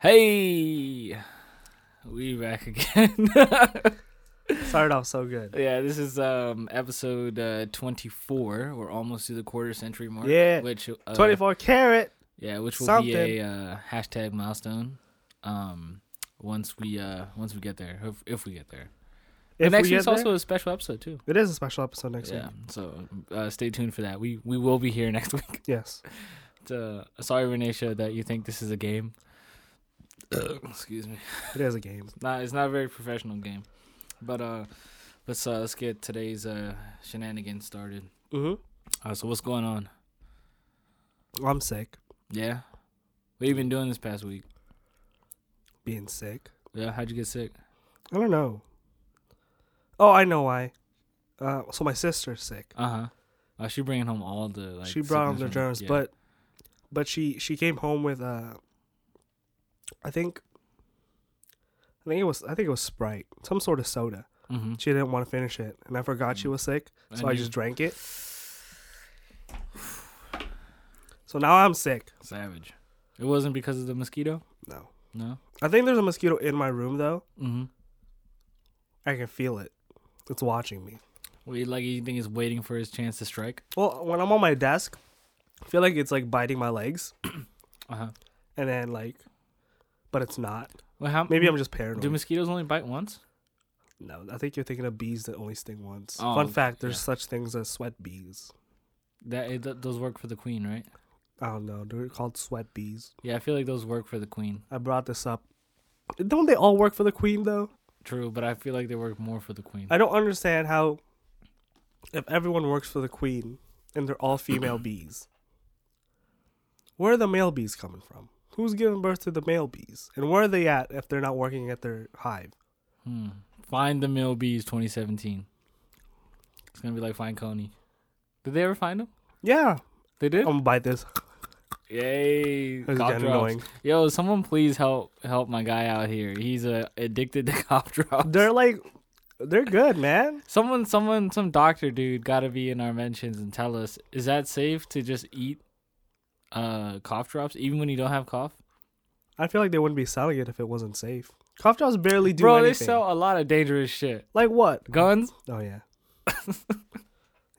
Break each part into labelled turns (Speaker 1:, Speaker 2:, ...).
Speaker 1: Hey, we back again.
Speaker 2: Started off so good.
Speaker 1: yeah, this is um episode uh, twenty four. We're almost to the quarter century mark.
Speaker 2: Yeah.
Speaker 1: which uh,
Speaker 2: 24 carat.
Speaker 1: Yeah, which will
Speaker 2: something.
Speaker 1: be a uh, hashtag milestone. Um, once we uh once we get there, if, if we get there.
Speaker 2: If
Speaker 1: and next
Speaker 2: we
Speaker 1: week's
Speaker 2: get there-
Speaker 1: also a special episode too.
Speaker 2: it is a special episode next
Speaker 1: yeah,
Speaker 2: week.
Speaker 1: so uh, stay tuned for that. We we will be here next week.
Speaker 2: Yes.
Speaker 1: Uh, sorry, Renisha, that you think this is a game. Excuse me.
Speaker 2: It is a game.
Speaker 1: not it's not a very professional game. But uh let's uh let's get today's uh shenanigans started.
Speaker 2: Mm-hmm.
Speaker 1: Uh so what's going on?
Speaker 2: I'm sick.
Speaker 1: Yeah? What you been doing this past week?
Speaker 2: Being sick.
Speaker 1: Yeah, how'd you get sick?
Speaker 2: I don't know. Oh, I know why. Uh, so my sister's sick.
Speaker 1: Uh huh. Uh, she bringing home all the like.
Speaker 2: she brought home the
Speaker 1: sickness from-
Speaker 2: germs,
Speaker 1: yeah.
Speaker 2: but but she she came home with uh, I think. I think it was I think it was Sprite, some sort of soda.
Speaker 1: Mhm.
Speaker 2: She didn't want to finish it, and I forgot she was sick, so
Speaker 1: Mm. And
Speaker 2: I
Speaker 1: you-
Speaker 2: just drank it. So now I'm sick.
Speaker 1: savage. It wasn't because of the mosquito.
Speaker 2: No,
Speaker 1: No.
Speaker 2: I think there's a mosquito in my room though.
Speaker 1: Mm-hmm.
Speaker 2: I can feel it. It's watching me.
Speaker 1: Wait, like you think he's waiting for his chance to strike?
Speaker 2: Well, when I'm on my desk, I feel like it's like biting my legs,
Speaker 1: Uh huh.
Speaker 2: and then like, but it's not.
Speaker 1: Well, how
Speaker 2: Maybe I'm just paranoid.
Speaker 1: Do mosquitoes only bite once?
Speaker 2: no, I think you're thinking of bees that only sting once.
Speaker 1: Oh,
Speaker 2: Fun fact: there's
Speaker 1: yeah.
Speaker 2: such things as sweat bees.
Speaker 1: That it, th- those work for the queen, right?
Speaker 2: I don't know. They're called sweat bees.
Speaker 1: Yeah, I feel like those work for the queen.
Speaker 2: I brought this up. Don't they all work for the queen though?
Speaker 1: True, but I feel like they work more for the queen.
Speaker 2: I don't understand how, if everyone works for the queen and they're all female bees, where are the male bees coming from? Who's giving birth to the male bees? And where are they at if they're not working at their hive?
Speaker 1: Hmm. Find the Mill Bees 2017. It's gonna be like Find Coney. Did they ever find him?
Speaker 2: Yeah,
Speaker 1: They did.
Speaker 2: I'm gonna bite this.
Speaker 1: Yay!
Speaker 2: Oh. This is
Speaker 1: Cop
Speaker 2: getting
Speaker 1: drops.
Speaker 2: annoying.
Speaker 1: Yo, someone please help help my guy out here. He's uh, addicted to cop drops.
Speaker 2: They're like, they're good, man.
Speaker 1: someone, someone, some doctor dude got to be in our mentions and tell us is that safe to just eat uh cough drops even when you don't have cough?
Speaker 2: I feel like they wouldn't be selling it if it wasn't safe. Cough drops barely do
Speaker 1: Bro,
Speaker 2: anything.
Speaker 1: they sell a lot of dangerous shit.
Speaker 2: like what?
Speaker 1: Guns.
Speaker 2: Oh yeah.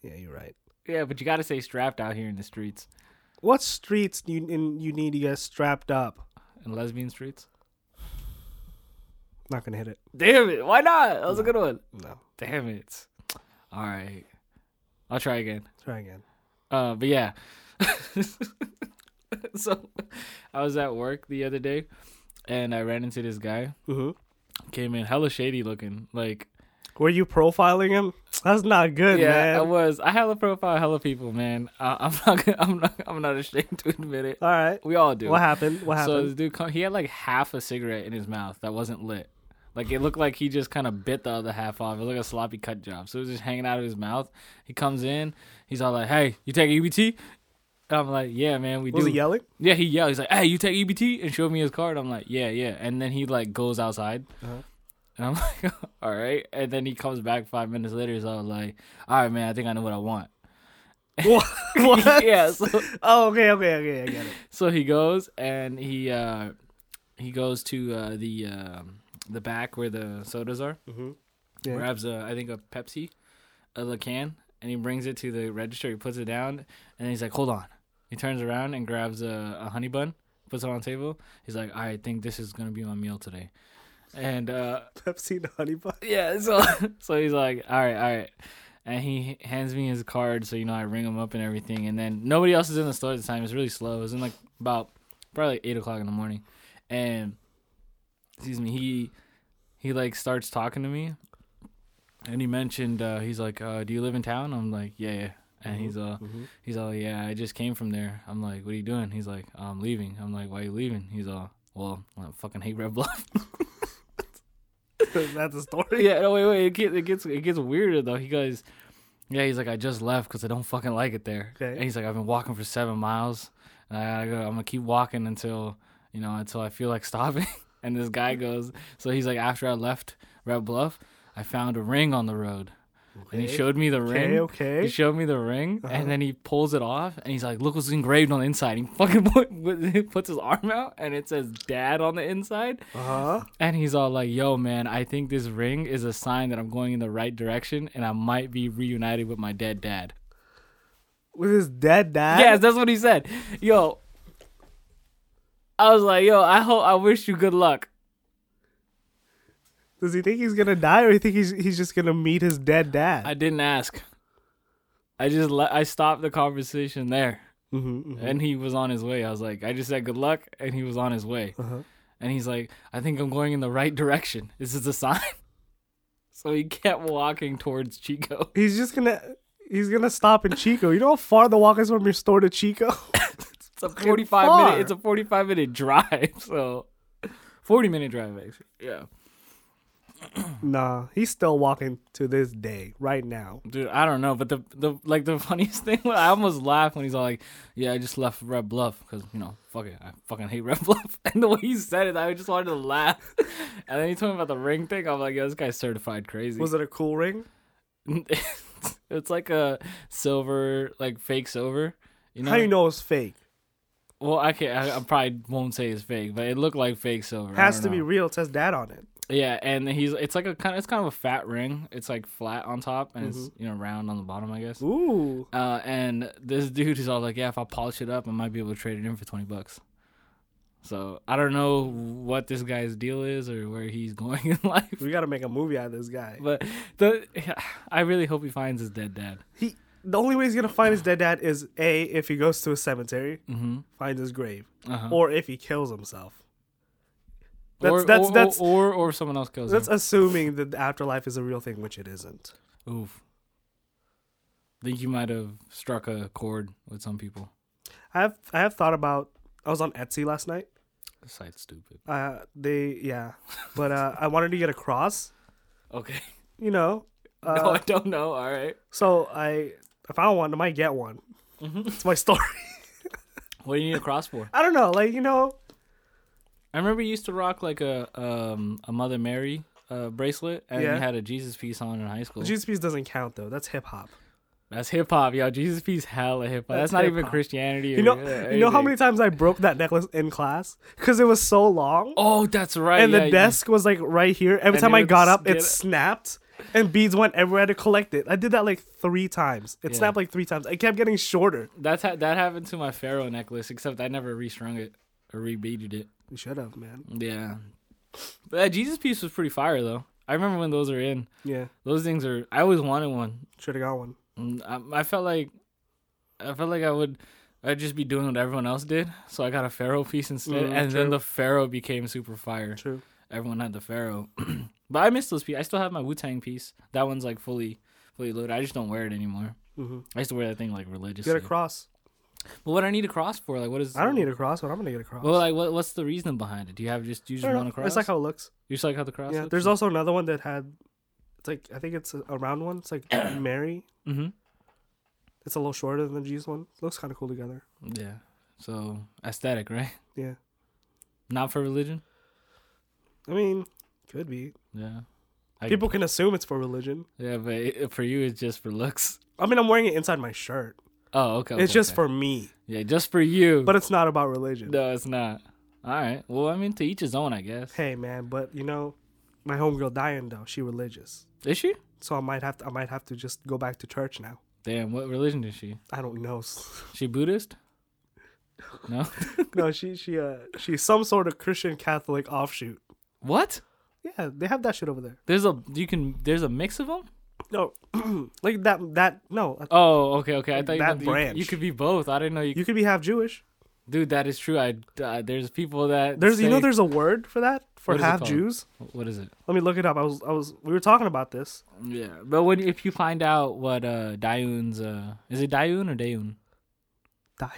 Speaker 2: yeah, you're right.
Speaker 1: Yeah, but you got to stay strapped out here in the streets
Speaker 2: What streets do you in, you need to get strapped up?
Speaker 1: and lesbian streets.
Speaker 2: Not gonna hit it.
Speaker 1: Damn it! Why not? That was a good one.
Speaker 2: No.
Speaker 1: Damn it. All right. I'll try again.
Speaker 2: Try again.
Speaker 1: Uh, but yeah. so I was at work the other day and I ran into this guy.
Speaker 2: Mm-hmm.
Speaker 1: Came in hella shady looking. Like,
Speaker 2: Were you profiling him? That's not good,
Speaker 1: yeah,
Speaker 2: man.
Speaker 1: I was. I hella profile hella people, man. I, I'm not gonna, I'm not I'm not ashamed to admit it.
Speaker 2: All right.
Speaker 1: We all do.
Speaker 2: What happened? What
Speaker 1: So
Speaker 2: happened?
Speaker 1: this dude, come, he had like half a cigarette in his mouth that wasn't lit. Like it looked like he just kind of bit the other half off. It was like a sloppy cut job. So it was just hanging out of his mouth. He comes in. He's all like, "Hey, you take EBT?" And I'm like, "Yeah, man, we
Speaker 2: was
Speaker 1: do."
Speaker 2: he yelling?
Speaker 1: yeah, he yelled. He's like, "Hey, you take EBT?" And showed me his card. I'm like, "Yeah, yeah." And then he like goes outside.
Speaker 2: Uh-huh.
Speaker 1: And I'm like, "All right." And then he comes back five minutes later. He's all like, "All right, man, I think I know what I want."
Speaker 2: what? What?
Speaker 1: yeah. So
Speaker 2: Oh, okay, okay, okay. I get it.
Speaker 1: so he goes and he uh he goes to uh the um the back where the sodas are
Speaker 2: Mm-hmm. Yeah.
Speaker 1: grabs a, i think a pepsi a la can and he brings it to the register he puts it down and he's like hold on he turns around and grabs a, a honey bun puts it on the table he's like i think this is gonna be my meal today and uh
Speaker 2: Pepsi and honey bun.
Speaker 1: yeah, so so he's like, all right, all right, and he hands me his card, so you know I ring him up and everything, and then nobody else is in the store at the time. It's really slow. It was in like about probably like eight o'clock in the morning, and excuse me, he he like starts talking to me, and he mentioned uh, he's like, uh, do you live in town? I'm like, yeah, yeah, and he's uh
Speaker 2: Mm-hmm.
Speaker 1: he's all yeah, I just came from there. I'm like, what are you doing? He's like, I'm leaving. I'm like, why are you leaving? He's all, well, I fucking hate Red Bluff.
Speaker 2: That's the story.
Speaker 1: yeah, no, wait, wait. It gets, it gets it gets weirder though. He goes, yeah. He's like, I just left because I don't fucking like it there.
Speaker 2: Okay.
Speaker 1: And he's like, I've been walking for seven miles, and I gotta go. I'm gonna keep walking until you know until I feel like stopping. and this guy goes, so he's like, after I left Red Bluff, I found a ring on the road. and he showed me the ring.
Speaker 2: Okay, okay. Uh-huh.
Speaker 1: He showed me the ring, and then he pulls it off, and he's like, "Look what's engraved on the inside." He fucking put, puts his arm out, and it says "Dad" on the inside,
Speaker 2: Uh huh.
Speaker 1: and he's all like, "Yo, man, I think this ring is a sign that I'm going in the right direction, and I might be reunited with my dead dad."
Speaker 2: With his dead dad.
Speaker 1: Yes, that's what he said. Yo, I was like, "Yo, I hope I wish you good luck."
Speaker 2: Does he think he's gonna die, or he think he's he's just gonna meet his dead dad?
Speaker 1: I didn't ask. I just let I stopped the conversation there.
Speaker 2: mm-hmm,
Speaker 1: and he was on his way. I was like, I just said good luck, and he was on his way.
Speaker 2: Uh-huh.
Speaker 1: And he's like, I think I'm going in the right direction. This is a sign. So he kept walking towards Chico.
Speaker 2: He's just gonna he's gonna stop in Chico. You know how far the walk is from your store to Chico?
Speaker 1: It's a 45
Speaker 2: far.
Speaker 1: minute. It's a 45 minute drive. So 40 minute drive actually. Yeah,
Speaker 2: nah, he's still walking to this day, right now.
Speaker 1: dude. I don't know, but the the like the funniest thing. I almost laughed when he's all like, "Yeah, I just left Red Bluff because you know, fuck it, I fucking hate Red Bluff." And the way he said it, I just wanted to laugh. And then he told me about the ring thing. I'm like, "Yo, this guy's certified crazy."
Speaker 2: Was it a cool ring?
Speaker 1: it's like a silver, like fake silver. You know.
Speaker 2: How you know it's fake?
Speaker 1: Well, I can I, I probably won't say it's fake, but it looked like fake silver. I
Speaker 2: Has
Speaker 1: don't
Speaker 2: to be
Speaker 1: know.
Speaker 2: real. It says dad on it.
Speaker 1: Yeah, and he's. It's like a kind. It's kind of a fat ring. It's like flat on top, and it's
Speaker 2: Mm-hmm.
Speaker 1: you know round on the bottom. I guess.
Speaker 2: Ooh.
Speaker 1: Uh, and this dude is all like, "Yeah, if I polish it up, I might be able to trade it in for twenty bucks." So I don't know what this guy's deal is or where he's going in life,
Speaker 2: We gotta make a movie out of this guy.
Speaker 1: but the I really hope he finds his dead dad.
Speaker 2: He the only way he's gonna find his dead dad is A, if he goes to a cemetery,
Speaker 1: Mm-hmm.
Speaker 2: finds his grave.
Speaker 1: Uh-huh.
Speaker 2: Or if he kills himself. That's
Speaker 1: or,
Speaker 2: that's
Speaker 1: or,
Speaker 2: that's
Speaker 1: or, or or someone else kills
Speaker 2: that's
Speaker 1: him.
Speaker 2: assuming that the afterlife is a real thing, which it isn't.
Speaker 1: Oof. Think you might have struck a chord with some people.
Speaker 2: I have I have thought about I was on Etsy last night.
Speaker 1: This site's stupid.
Speaker 2: Uh they yeah. But uh I wanted to get a cross,
Speaker 1: Okay.
Speaker 2: you know. Uh,
Speaker 1: no, I don't know. All right.
Speaker 2: so I if I want, I might get one. It's my story.
Speaker 1: Mm-hmm. What do you need a cross for?
Speaker 2: I don't know, like you know,
Speaker 1: I remember you used to rock like a um a Mother Mary uh bracelet, and
Speaker 2: Yeah.
Speaker 1: you had a Jesus piece on in high school.
Speaker 2: Jesus piece doesn't count though. That's hip hop.
Speaker 1: That's hip hop, yo. Jesus piece, hella hip hop.
Speaker 2: That's
Speaker 1: That's, not even
Speaker 2: hip-hop.
Speaker 1: Christianity. Or,
Speaker 2: You know,
Speaker 1: uh,
Speaker 2: you know how
Speaker 1: anything.
Speaker 2: many times I broke that necklace in class because it was so long,
Speaker 1: Oh, that's right.
Speaker 2: and
Speaker 1: yeah,
Speaker 2: the
Speaker 1: you-
Speaker 2: desk was like right here. Every
Speaker 1: And
Speaker 2: time
Speaker 1: it
Speaker 2: I
Speaker 1: would
Speaker 2: got
Speaker 1: s-
Speaker 2: up, it
Speaker 1: get-
Speaker 2: snapped, and beads went everywhere. I had to collect it. I did that like three times. It
Speaker 1: Yeah.
Speaker 2: snapped like three times. I kept getting shorter.
Speaker 1: That's ha- that happened to my pharaoh necklace, except I never restrung it or rebeaded it.
Speaker 2: You should have, man.
Speaker 1: Yeah. But that Jesus piece was pretty fire though. I remember when those are in.
Speaker 2: Yeah,
Speaker 1: Those things are. I always wanted one.
Speaker 2: should have got one.
Speaker 1: Mm, I, I felt like, I felt like I would, I'd just be doing what everyone else did. So I got a pharaoh piece instead,
Speaker 2: Mm,
Speaker 1: and
Speaker 2: true.
Speaker 1: then the pharaoh became super fire.
Speaker 2: True.
Speaker 1: Everyone had the pharaoh. but I miss those pieces. I still have my Wu Tang piece. That one's like fully, fully loaded. I just don't wear it anymore.
Speaker 2: Mm-hmm.
Speaker 1: I used to wear that thing like religiously.
Speaker 2: Get a cross.
Speaker 1: but what I need a cross for? Like, what is?
Speaker 2: I don't need a cross, but I'm gonna get a cross.
Speaker 1: Well, like, what, what's the reason behind it? Do you have just you
Speaker 2: I
Speaker 1: just
Speaker 2: don't
Speaker 1: want
Speaker 2: know.
Speaker 1: a cross?
Speaker 2: It's like how it looks.
Speaker 1: you just like how the cross.
Speaker 2: yeah.
Speaker 1: looks?
Speaker 2: There's also another one that had. It's like I think it's a a round one. It's like Mary.
Speaker 1: hmm
Speaker 2: It's a little shorter than the Jesus one. Looks kind of cool together.
Speaker 1: Yeah. So aesthetic, right?
Speaker 2: Yeah.
Speaker 1: Not for religion.
Speaker 2: I mean, could be.
Speaker 1: Yeah. I-
Speaker 2: People can assume it's for religion.
Speaker 1: Yeah, but it, for you, it's just for looks.
Speaker 2: I mean, I'm wearing it inside my shirt.
Speaker 1: Oh, okay.
Speaker 2: it's
Speaker 1: okay,
Speaker 2: just
Speaker 1: okay.
Speaker 2: for me,
Speaker 1: yeah, just for you.
Speaker 2: but it's not about religion.
Speaker 1: no, it's not. All right. Well, I mean, to each his own, I guess.
Speaker 2: Hey, man, but you know, my homegirl Diane though, she religious,
Speaker 1: Is she?
Speaker 2: so I might have to. I might have to just go back to church now.
Speaker 1: Damn. What religion is she?
Speaker 2: I don't know.
Speaker 1: She Buddhist? No.
Speaker 2: no, she she uh she's some sort of Christian Catholic offshoot.
Speaker 1: what?
Speaker 2: Yeah, they have that shit over there.
Speaker 1: There's a you can. There's a mix of them.
Speaker 2: No, like that that no,
Speaker 1: Oh, okay, okay. I thought you,
Speaker 2: That
Speaker 1: meant you-
Speaker 2: branch.
Speaker 1: you could be both. I didn't know you.
Speaker 2: you could be half Jewish.
Speaker 1: Dude, that is true. I uh, there's people that
Speaker 2: There's you know
Speaker 1: say-
Speaker 2: there's a word for that for
Speaker 1: What is it
Speaker 2: half
Speaker 1: called?
Speaker 2: Jews.
Speaker 1: what is it?
Speaker 2: Let me look it up. I was I was we were talking about this.
Speaker 1: Yeah, but when if you find out what uh Dayun's uh is it Dayun or Dayun?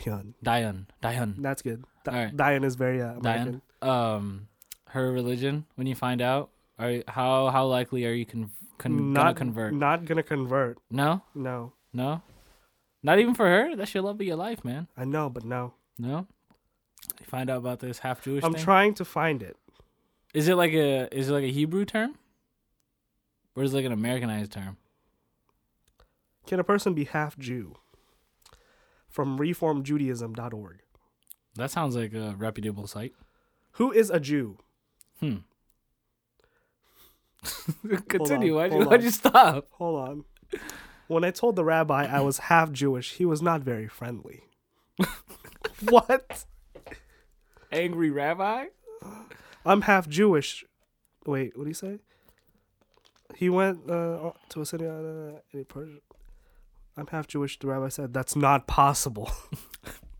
Speaker 2: Diane,
Speaker 1: Dayun, Dayun.
Speaker 2: that's good. Di-
Speaker 1: All right.
Speaker 2: Diane is very uh, American.
Speaker 1: Diane, um, her religion. When you find out, are how how likely are you con, con gonna
Speaker 2: not
Speaker 1: convert?
Speaker 2: Not gonna convert.
Speaker 1: No,
Speaker 2: No,
Speaker 1: no, not even for her. That's your love of your life, man.
Speaker 2: I know, but no.
Speaker 1: No, you find out about this half Jewish
Speaker 2: I'm
Speaker 1: thing.
Speaker 2: trying to find it.
Speaker 1: is it like a is it like a Hebrew term, or is it like an Americanized term?
Speaker 2: Can a person be half Jew? From reformjudaism.org.
Speaker 1: That sounds like a reputable site.
Speaker 2: Who is a Jew?
Speaker 1: Hmm. Continue.
Speaker 2: on,
Speaker 1: Why'd you,
Speaker 2: hold
Speaker 1: why'd
Speaker 2: on.
Speaker 1: you stop?
Speaker 2: Hold on. When I told the rabbi I was half Jewish, he was not very friendly. what?
Speaker 1: Angry rabbi?
Speaker 2: I'm half Jewish. Wait, what do you say? He went uh, to a synagogue uh, in Persia. I'm half Jewish. The rabbi said, That's not possible.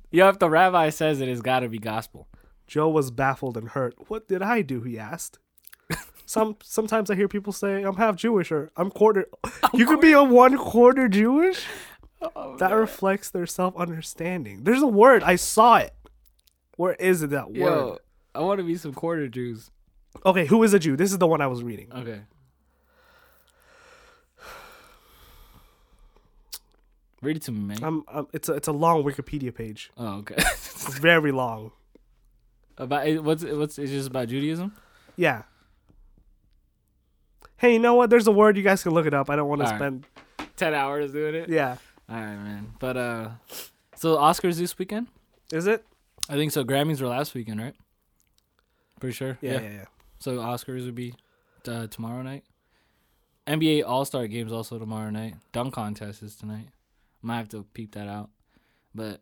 Speaker 1: Yo, if the rabbi says it, it's got to be gospel.
Speaker 2: Joe was baffled and hurt. What did I do? He asked. Some sometimes I hear people say I'm half Jewish or I'm quarter. you could be a one quarter Jewish. that reflects their self understanding. There's a word I saw it. Where is it? That
Speaker 1: Yo,
Speaker 2: word.
Speaker 1: I want to be some quarter Jews.
Speaker 2: Okay, who is a Jew? This is the one I was reading.
Speaker 1: Okay. Read it to me, man.
Speaker 2: Um, um, it's a it's a long Wikipedia page.
Speaker 1: oh, okay.
Speaker 2: It's very long.
Speaker 1: about it- what's it- what's it's just about Judaism?
Speaker 2: Yeah. Hey, you know what? There's a word you guys can look it up. I don't want to
Speaker 1: All right.
Speaker 2: spend.
Speaker 1: Ten hours doing it.
Speaker 2: Yeah,
Speaker 1: All right, man. But uh, so Oscars this weekend?
Speaker 2: is it?
Speaker 1: I think so. Grammys were last weekend, right? Pretty sure.
Speaker 2: Yeah, yeah, yeah.
Speaker 1: So Oscars would be uh, tomorrow night. NBA All Star Games also tomorrow night. Dunk contest is tonight. Might have to peep that out. But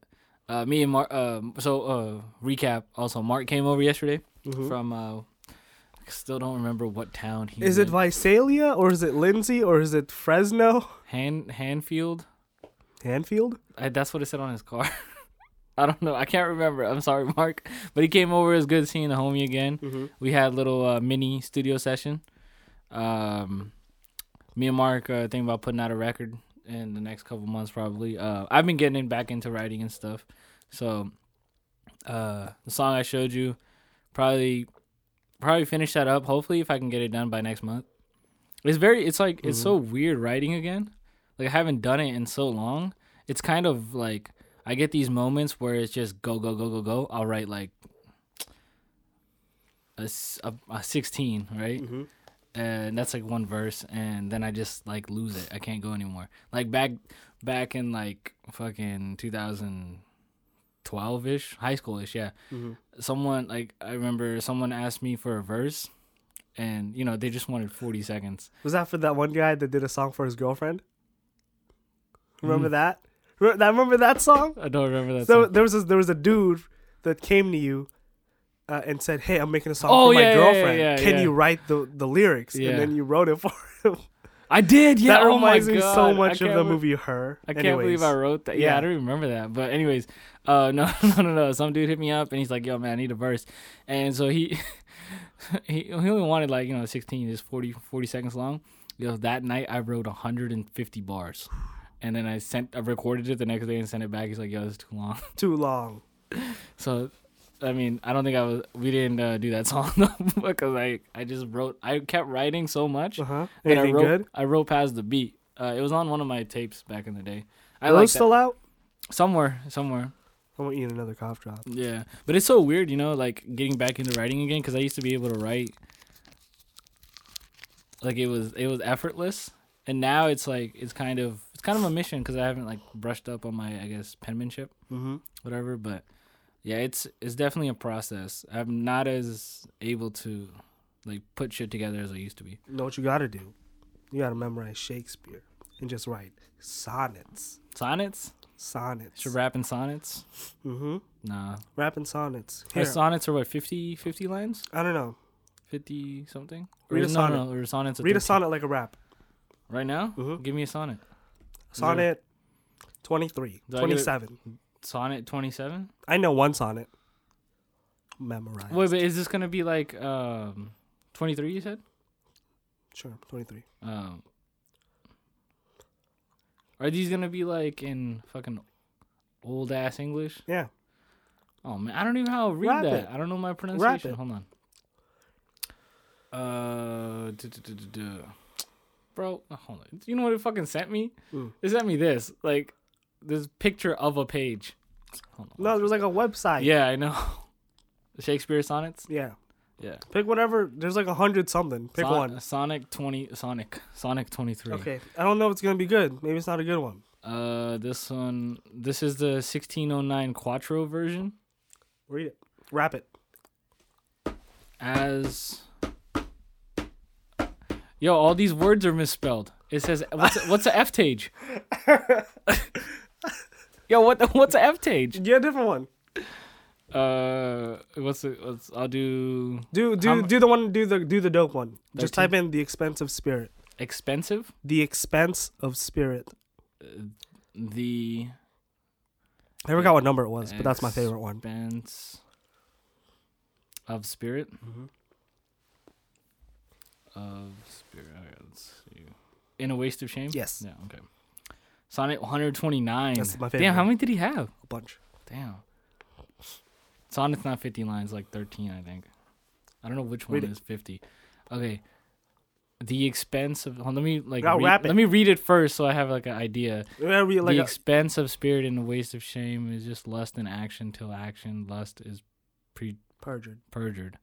Speaker 1: uh, me and Mark. Uh, so uh, recap. Also, Mark came over yesterday
Speaker 2: Mhm.
Speaker 1: from. Uh, I still don't remember what town he
Speaker 2: Is it
Speaker 1: in.
Speaker 2: Visalia or is it Lindsay or is it Fresno?
Speaker 1: Han Hanfield.
Speaker 2: Hanfield?
Speaker 1: I, that's what it said on his car. I don't know. I can't remember. I'm sorry, Mark. But he came over. It was good seeing the homie again.
Speaker 2: Mhm.
Speaker 1: We had a little uh, mini studio session. Um, me and Mark uh, think about putting out a record in the next couple months, probably. Uh, I've been getting back into writing and stuff. So uh, the song I showed you, probably, probably finish that up. Hopefully, if I can get it done by next month. It's very. It's like it's so weird writing again. Like I haven't done it in so long. It's kind of like I get these moments where it's just go go go go go. I'll write like a, s- a- a 16, right?
Speaker 2: Mhm.
Speaker 1: And that's like one verse, and then I just like lose it. I can't go anymore. Like back, back in like fucking 2012 ish, high school ish, yeah.
Speaker 2: Mhm.
Speaker 1: Someone like I remember someone asked me for a verse, and you know they just wanted 40 seconds.
Speaker 2: Was that for that one guy that did a song for his girlfriend? Remember that? Remember that? Remember that song?
Speaker 1: I don't remember that.
Speaker 2: so
Speaker 1: song.
Speaker 2: there was this, there was a dude that came to you uh, and said, "Hey, I'm making a song
Speaker 1: Oh,
Speaker 2: for my
Speaker 1: yeah, yeah, yeah,
Speaker 2: girlfriend.
Speaker 1: yeah,
Speaker 2: Can
Speaker 1: yeah.
Speaker 2: you write the the lyrics?"
Speaker 1: Yeah.
Speaker 2: And then you wrote it for him.
Speaker 1: I did, yeah.
Speaker 2: that
Speaker 1: oh my
Speaker 2: reminds me so
Speaker 1: God, I
Speaker 2: much of
Speaker 1: can't
Speaker 2: the
Speaker 1: be-
Speaker 2: movie Her.
Speaker 1: I can't
Speaker 2: Anyways,
Speaker 1: believe I wrote that. Yeah,
Speaker 2: Yeah.
Speaker 1: I don't remember that. But anyways, uh, no, no, no, no. Some dude hit me up and he's like, "Yo, man, I need a verse." And so he, he, he only wanted like you know 16, just 40, 40 seconds long. Yo, that night I wrote 150 bars, and then I sent, I recorded it the next day and sent it back. He's like, "Yo, this is too long."
Speaker 2: too long.
Speaker 1: So, I mean, I don't think I was. We didn't uh, do that song though, because I, I just wrote. I kept writing so much.
Speaker 2: Uh huh.
Speaker 1: that
Speaker 2: Anything
Speaker 1: I wrote,
Speaker 2: good?
Speaker 1: I wrote past the beat. Uh, it was on one of my tapes back in the day. I
Speaker 2: Are
Speaker 1: like
Speaker 2: those
Speaker 1: that.
Speaker 2: still out?
Speaker 1: Somewhere, somewhere.
Speaker 2: I want you in another cough drop.
Speaker 1: Yeah. But it's so weird, you know, like getting back into writing again cuz I used to be able to write like it was it was effortless and now it's like it's kind of it's kind of a mission cuz I haven't like brushed up on my I guess penmanship
Speaker 2: Mm-hmm.
Speaker 1: whatever, but yeah, it's it's definitely a process. I'm not as able to like put shit together as I used to be.
Speaker 2: You know what you gotta do? You gotta memorize Shakespeare and just write sonnets.
Speaker 1: Sonnets?
Speaker 2: Sonnets.
Speaker 1: Should rap in sonnets?
Speaker 2: mm-hmm.
Speaker 1: Nah.
Speaker 2: Rapping sonnets.
Speaker 1: Our
Speaker 2: Here,
Speaker 1: sonnets are what 50 50 lines?
Speaker 2: I don't know.
Speaker 1: 50 something?
Speaker 2: Read a
Speaker 1: no,
Speaker 2: sonnet.
Speaker 1: No, no, or sonnets are
Speaker 2: Read a
Speaker 1: 13.
Speaker 2: sonnet like a rap.
Speaker 1: Right now?
Speaker 2: Mhm.
Speaker 1: Give me a sonnet.
Speaker 2: Sonnet 23,
Speaker 1: Do I get it?
Speaker 2: 27.
Speaker 1: Sonnet 27?
Speaker 2: I know one sonnet. Memorize.
Speaker 1: Wait, but is this going to be like um 23 you said?
Speaker 2: Sure, 23.
Speaker 1: Um Are these going to be like in fucking old ass English?
Speaker 2: Yeah.
Speaker 1: Oh man, I don't even know how to read
Speaker 2: Rap
Speaker 1: that.
Speaker 2: it.
Speaker 1: I don't know my pronunciation.
Speaker 2: it.
Speaker 1: Hold on. Uh, duh, duh, duh, duh, duh. bro, uh, hold on. You know what it fucking sent me?
Speaker 2: Mm.
Speaker 1: It sent me this, like this picture of a page. Hold on.
Speaker 2: No, there was like a website.
Speaker 1: Yeah, I know. Shakespeare sonnets.
Speaker 2: Yeah.
Speaker 1: Yeah.
Speaker 2: Pick whatever. There's like a hundred something. Pick
Speaker 1: Son-
Speaker 2: one.
Speaker 1: Sonic twenty. Sonic. Sonic twenty three.
Speaker 2: Okay. I don't know if it's gonna be good. Maybe it's not a good one.
Speaker 1: Uh, this one. This is the sixteen oh nine Quattro version.
Speaker 2: Read it. Wrap it.
Speaker 1: As. Yo, all these words are misspelled. It says what's a, what's a F tage? Yo, what the, what's a F tage?
Speaker 2: Yeah, different one.
Speaker 1: Uh, what's the, what's I'll do
Speaker 2: Do do
Speaker 1: How mu-
Speaker 2: do the one. Do the do the dope one. Just
Speaker 1: Thirteen.
Speaker 2: type in the expensive spirit.
Speaker 1: expensive.
Speaker 2: The expense of spirit.
Speaker 1: The
Speaker 2: I forgot what number it was, but that's my favorite one.
Speaker 1: expense of spirit.
Speaker 2: Mm-hmm.
Speaker 1: Of spirit. All right, let's see. In a waste of shame.
Speaker 2: Yes.
Speaker 1: Yeah. Okay. Sonic 129.
Speaker 2: That's my
Speaker 1: Damn,
Speaker 2: favorite.
Speaker 1: how many did he have?
Speaker 2: A bunch.
Speaker 1: Damn. Sonic's not 50 lines, like 13, I think. I don't know which one
Speaker 2: Read it.
Speaker 1: is 50. Okay. The expense of hold on, let me like
Speaker 2: Now
Speaker 1: read-
Speaker 2: wrap it.
Speaker 1: let me read it first so I have like an idea.
Speaker 2: Yeah, we- like
Speaker 1: the
Speaker 2: a-
Speaker 1: expense of spirit and the waste of shame is just lust and action till action lust is pre
Speaker 2: perjured,
Speaker 1: perjured.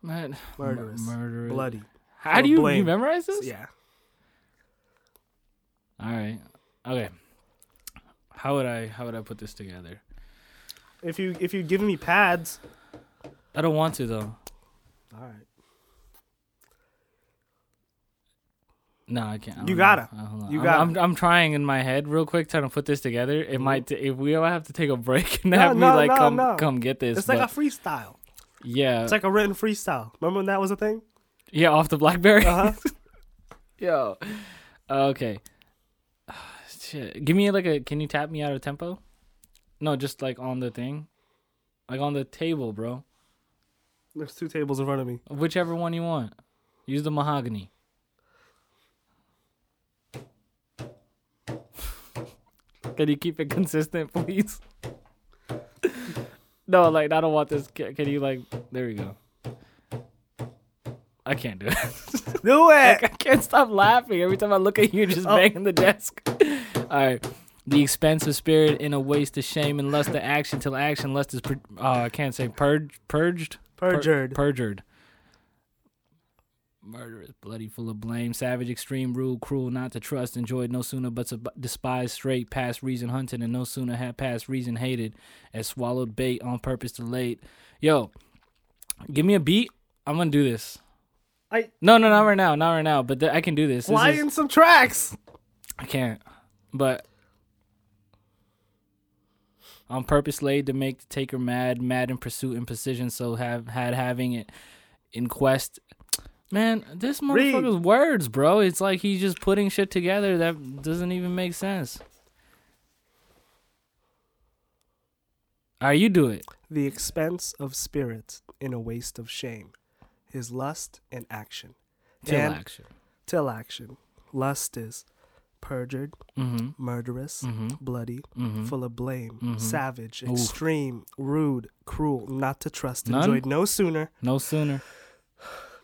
Speaker 1: Man,
Speaker 2: murderous,
Speaker 1: mur- murderous.
Speaker 2: bloody.
Speaker 1: How
Speaker 2: or
Speaker 1: do you, you
Speaker 2: blame.
Speaker 1: memorize this?
Speaker 2: Yeah.
Speaker 1: All right. Okay. How would I how would I put this together?
Speaker 2: If you if you give me pads.
Speaker 1: I don't want to though.
Speaker 2: All right.
Speaker 1: No, I can't. I don't
Speaker 2: You
Speaker 1: know.
Speaker 2: gotta.
Speaker 1: Uh, hold on.
Speaker 2: You
Speaker 1: I'm-
Speaker 2: gotta. Mm-hmm.
Speaker 1: I'm, I'm trying in my head real quick trying to put this together. It might t- if we all have to take a break and
Speaker 2: No,
Speaker 1: have
Speaker 2: no,
Speaker 1: me like
Speaker 2: no,
Speaker 1: come
Speaker 2: no.
Speaker 1: come get this.
Speaker 2: It's like
Speaker 1: but
Speaker 2: a freestyle.
Speaker 1: yeah,
Speaker 2: It's like a written freestyle. Remember when that was a thing?
Speaker 1: yeah, off the BlackBerry.
Speaker 2: Uh huh.
Speaker 1: Yo, okay. Shit, give me like a. Can you tap me out of tempo? No, just like on the thing, like on the table, bro.
Speaker 2: There's two tables in front of me.
Speaker 1: Whichever one you want. Use the mahogany. Can you keep it consistent, please? no, like I don't want this. Can, can you like? There we go. I can't do it.
Speaker 2: Do it.
Speaker 1: I can't stop laughing every time I look at you just banging the desk. All right. The expense of spirit in a waste of shame and lust of action till action lust is pur- oh, I can't say purged purged Pur-
Speaker 2: Perjured.
Speaker 1: perjured. Murderous, bloody, full of blame, savage, extreme, rude, cruel, not to trust, enjoyed no sooner but sub- despised, straight, past reason hunted, and no sooner had past reason hated, as swallowed bait on purpose delayed. Yo, give me a beat. I'm gonna do this.
Speaker 2: I-
Speaker 1: no no not right now not right now but th- I can do this. This
Speaker 2: Fly
Speaker 1: is-
Speaker 2: in some tracks.
Speaker 1: I can't. But on purpose laid to make the taker mad, mad in pursuit and precision, so have had having it in quest. Man, this
Speaker 2: Read.
Speaker 1: motherfucker's words, bro. It's like he's just putting shit together that doesn't even make sense. All right, you do it.
Speaker 2: The expense of spirit in a waste of shame, his lust and action,
Speaker 1: Till
Speaker 2: and
Speaker 1: action.
Speaker 2: till action. Lust is perjured,
Speaker 1: Mm-hmm.
Speaker 2: murderous,
Speaker 1: Mhm.
Speaker 2: bloody, full of blame, savage,
Speaker 1: Mm-hmm. Oof.
Speaker 2: extreme, rude, cruel, not to trust,
Speaker 1: None?
Speaker 2: enjoyed no sooner,
Speaker 1: No sooner.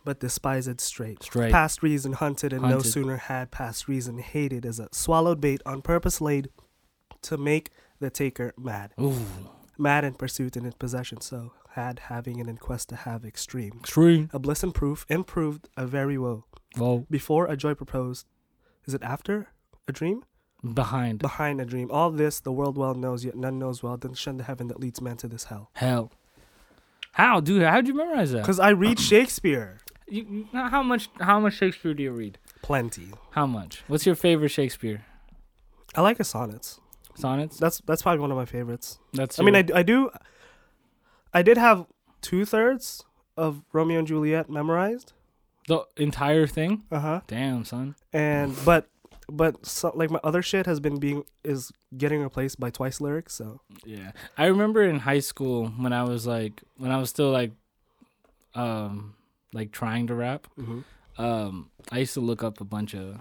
Speaker 2: but despised straight.
Speaker 1: Straight.
Speaker 2: Past reason hunted, and no
Speaker 1: Hunted.
Speaker 2: sooner had past reason hated as a swallowed bait on purpose laid to make the taker mad.
Speaker 1: Ooh.
Speaker 2: Mad in pursuit and in possession, so had having and in quest to have extreme.
Speaker 1: Tree.
Speaker 2: A bliss and proof, improved a very woe.
Speaker 1: Well,
Speaker 2: Before a joy proposed, is it after a dream?
Speaker 1: behind.
Speaker 2: behind a dream. All this the world well knows, yet none knows well. Then shun the heaven that leads man to this hell.
Speaker 1: Hell. How, dude? How'd you memorize that?
Speaker 2: Because I read Shakespeare.
Speaker 1: You, you- now how much? How much Shakespeare do you read?
Speaker 2: Plenty.
Speaker 1: How much? What's your favorite Shakespeare?
Speaker 2: I like his sonnets.
Speaker 1: Sonnets.
Speaker 2: That's that's probably one of my favorites.
Speaker 1: That's.
Speaker 2: I mean,
Speaker 1: your-
Speaker 2: I, d- I do. I did have two thirds of Romeo and Juliet memorized.
Speaker 1: the entire thing.
Speaker 2: Uh huh.
Speaker 1: Damn, son.
Speaker 2: And but but so, like my other shit has been being is getting replaced by twice lyrics. So
Speaker 1: Yeah, I remember in high school when I was like, when I was still like, um, like trying to rap.
Speaker 2: Mhm.
Speaker 1: Um, I used to look up a bunch of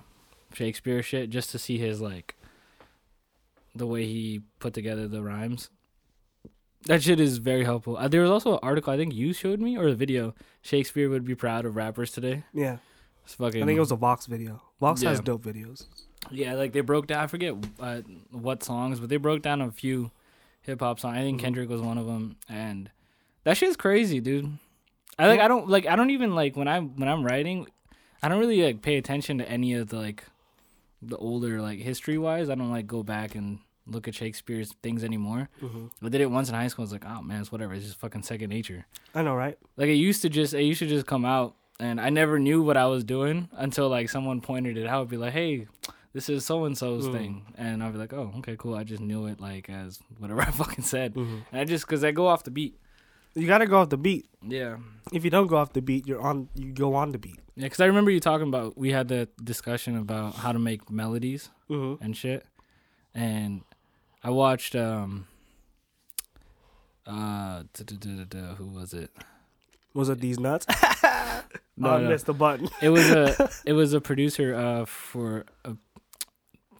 Speaker 1: Shakespeare shit just to see his like, the way he put together the rhymes. That shit is very helpful. Uh, there was also an article I think you showed me or a video. Shakespeare would be proud of rappers today.
Speaker 2: yeah,
Speaker 1: It's fucking.
Speaker 2: I think it was a Vox video. Vox has
Speaker 1: Mm-hmm. Yeah.
Speaker 2: dope videos.
Speaker 1: Yeah, like they broke down. I forget uh, what songs, but they broke down a few hip hop songs. I think Kendrick was one of them, and that shit's crazy, dude. I like I don't like I don't even like when I'm when I'm writing, I don't really like pay attention to any of the like the older like history wise. I don't like go back and look at Shakespeare's things anymore. I did it once in high school. I was like, oh man, it's whatever. It's just fucking second nature.
Speaker 2: I know, right?
Speaker 1: Like it used to just it used to just come out, and I never knew what I was doing until like someone pointed it out. It'd be like, hey. This is so and so's thing, and I'll be like, "Oh, okay, cool." I just knew it like as whatever I fucking said, and I just because I go off the beat.
Speaker 2: You gotta go off the beat.
Speaker 1: Yeah,
Speaker 2: If you don't go off the beat, you're on. You go on the beat.
Speaker 1: Yeah, because I remember you talking about we had the discussion about how to make melodies
Speaker 2: Mm-hmm.
Speaker 1: and shit, and I watched um uh duh, duh, duh, duh, duh, who was it? Uh,
Speaker 2: Was it these nuts? Oh,
Speaker 1: No,
Speaker 2: I
Speaker 1: no.
Speaker 2: missed the button.
Speaker 1: It was a it was a producer uh for uh,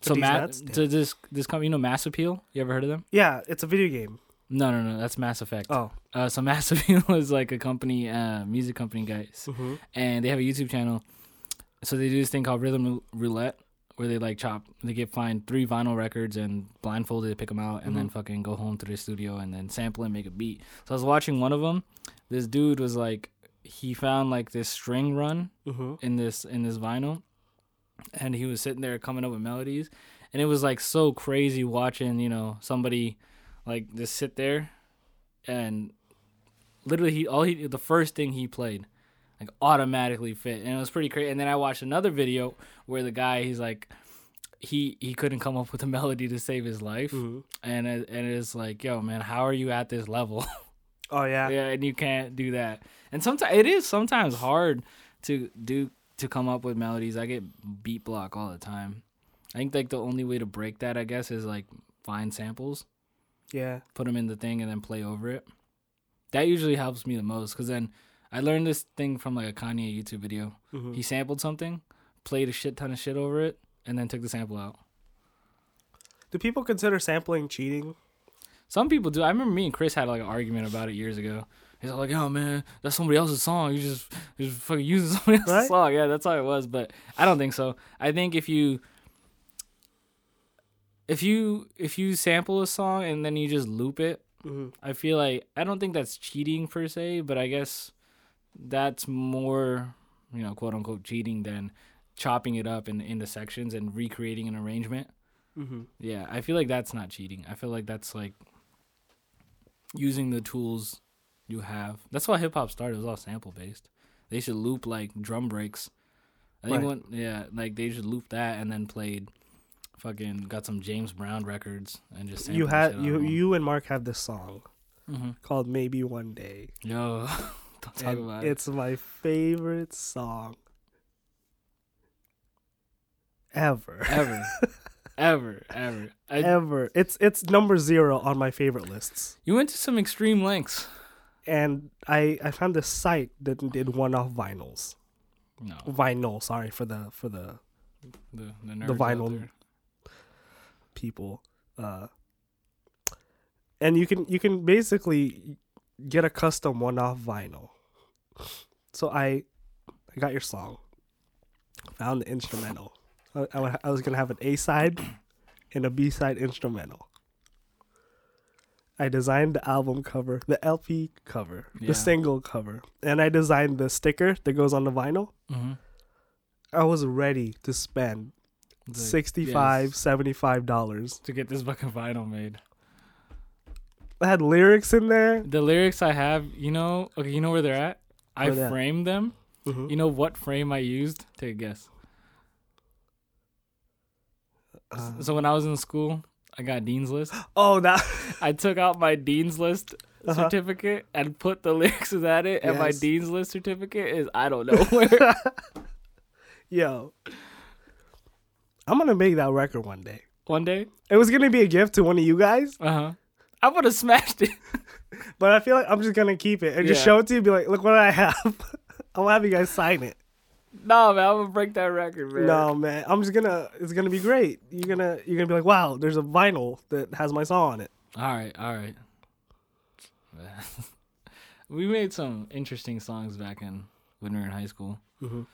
Speaker 1: so
Speaker 2: these
Speaker 1: Matt
Speaker 2: nuts?
Speaker 1: to this this company you know Mass Appeal you ever heard of them?
Speaker 2: Yeah, it's a video game.
Speaker 1: No no no that's Mass Effect.
Speaker 2: Oh,
Speaker 1: Uh, so Mass Appeal is like a company uh music company guys
Speaker 2: mm-hmm.
Speaker 1: and they have a YouTube channel. So they do this thing called Rhythm Roulette, where they like chop, they get find three vinyl records and blindfolded, they pick them out, and then
Speaker 2: Mm-hmm.
Speaker 1: fucking go home to the studio and then sample and make a beat. So I was watching one of them. This dude was like, he found like this string run
Speaker 2: Mm-hmm.
Speaker 1: in this in this vinyl, and he was sitting there coming up with melodies, and it was like so crazy watching you know somebody like just sit there, and literally he all he the first thing he played like automatically fit and it was pretty crazy and then i watched another video where the guy he's like he he couldn't come up with a melody to save his life
Speaker 2: Mhm.
Speaker 1: and it, and it's like yo man how are you at this level
Speaker 2: Oh yeah.
Speaker 1: yeah and you can't do that and sometimes it is sometimes hard to do to come up with melodies i get beat block all the time i think like the only way to break that i guess is like find samples
Speaker 2: yeah.
Speaker 1: put them in the thing and then play over it. That usually helps me the most because then I learned this thing from like a Kanye YouTube video.
Speaker 2: Mhm.
Speaker 1: He sampled something, played a shit ton of shit over it, and then took the sample out.
Speaker 2: Do people consider sampling cheating?
Speaker 1: Some people do. I remember me and Chris had like an argument about it years ago. He's all like, "Oh man, that's somebody else's song. You just you just fucking using somebody else's
Speaker 2: Right?
Speaker 1: song." Yeah, that's how it was. But I don't think so. I think if you if you if you sample a song and then you just loop it
Speaker 2: Mm-hmm.
Speaker 1: I feel like I don't think that's cheating per se, but I guess that's more, you know, quote unquote cheating than chopping it up in into sections and recreating an arrangement.
Speaker 2: Mm-hmm.
Speaker 1: Yeah, I feel like that's not cheating. I feel like that's like using the tools you have. That's why hip hop started. It was all sample based. They should loop like drum breaks. I think
Speaker 2: Right.
Speaker 1: one, yeah, like they should loop that and then played fucking got some James Brown records and just
Speaker 2: You
Speaker 1: sampled
Speaker 2: had
Speaker 1: shit out
Speaker 2: you
Speaker 1: of 'em.
Speaker 2: you and Mark have this song
Speaker 1: Mhm.
Speaker 2: called "Maybe One Day."
Speaker 1: Yo, don't talk
Speaker 2: and
Speaker 1: about it.
Speaker 2: it's my favorite song ever.
Speaker 1: Ever. ever. Ever. I,
Speaker 2: ever. It's it's number zero on my favorite lists.
Speaker 1: You went to some extreme lengths.
Speaker 2: And I I found this site that did one off vinyls.
Speaker 1: No.
Speaker 2: Vinyl, sorry for the for the
Speaker 1: The, the, nerds out
Speaker 2: vinyl-
Speaker 1: there.
Speaker 2: people. Uh and you can you can basically get a custom one off vinyl. So I I got your song. Found the instrumental. I, I, wa- I was gonna have an A side and a B side instrumental. I designed the album cover, the LP cover,
Speaker 1: Yeah.
Speaker 2: the single cover, and I designed the sticker that goes on the vinyl.
Speaker 1: Mhm.
Speaker 2: I was ready to spend
Speaker 1: It's like, yes,
Speaker 2: $65, $75.
Speaker 1: to get this fucking vinyl made.
Speaker 2: I had lyrics in there.
Speaker 1: The lyrics I have, you know, okay, you know where they're at? I
Speaker 2: Where they at?
Speaker 1: framed them.
Speaker 2: Mhm.
Speaker 1: Mm-hmm. You know what frame I used? Take a guess.
Speaker 2: Uh,
Speaker 1: So when I was in school, I got Dean's List.
Speaker 2: oh, that.
Speaker 1: I took out my Dean's List
Speaker 2: Uh-huh.
Speaker 1: certificate and put the lyrics of that in, and my
Speaker 2: Yes.
Speaker 1: Dean's List certificate is I don't know where.
Speaker 2: Yo. I'm going to make that record one day.
Speaker 1: One day,
Speaker 2: It was going to be a gift to one of you guys,
Speaker 1: uh huh. I would have smashed it.
Speaker 2: but I feel like I'm just going to keep it and just
Speaker 1: Yeah.
Speaker 2: show it to you and be like, look what I have. I'm going to have you guys sign it.
Speaker 1: No, man, I'm gonna break that record, man.
Speaker 2: No, man. I'm just going to, it's going to be great. You're going to, you're going to be like, wow, there's a vinyl that has my song on it.
Speaker 1: All right, all right. we made some interesting songs back in when we were in high school.
Speaker 2: Mhm.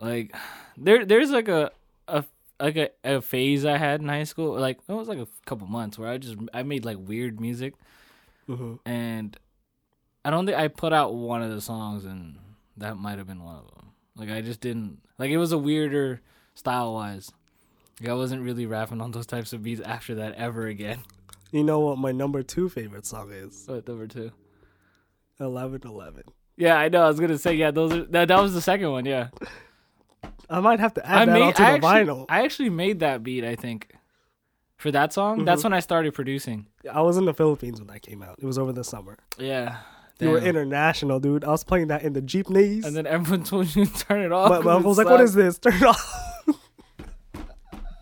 Speaker 1: Like, there, there's like a a like a, a phase I had in high school. Like it was like a couple months where I just I made like weird music
Speaker 2: Mm-hmm.
Speaker 1: and I don't think I put out one of the songs, and that might have been one of them. Like I just didn't like it was a weirder style wise. Like I wasn't really rapping on those types of beats after that ever again.
Speaker 2: You know what my number two favorite song is?
Speaker 1: So at number two.
Speaker 2: Eleven Eleven.
Speaker 1: Yeah, I know. I was gonna say yeah. Those are that. That was the second one. Yeah,
Speaker 2: I might have to add
Speaker 1: I
Speaker 2: that
Speaker 1: made.
Speaker 2: onto
Speaker 1: I
Speaker 2: the
Speaker 1: actually,
Speaker 2: vinyl. I,
Speaker 1: I actually made that beat. I think for that song.
Speaker 2: Mm-hmm.
Speaker 1: That's when I started producing.
Speaker 2: was in the Philippines when that came out. It was over the summer.
Speaker 1: Yeah.
Speaker 2: You were
Speaker 1: Damn.
Speaker 2: international, dude. I was playing that in the jeepneys.
Speaker 1: And then everyone told you to turn it off.
Speaker 2: But my
Speaker 1: 'cause it
Speaker 2: uncle was like, "What
Speaker 1: sucked."
Speaker 2: is this? Turn it off."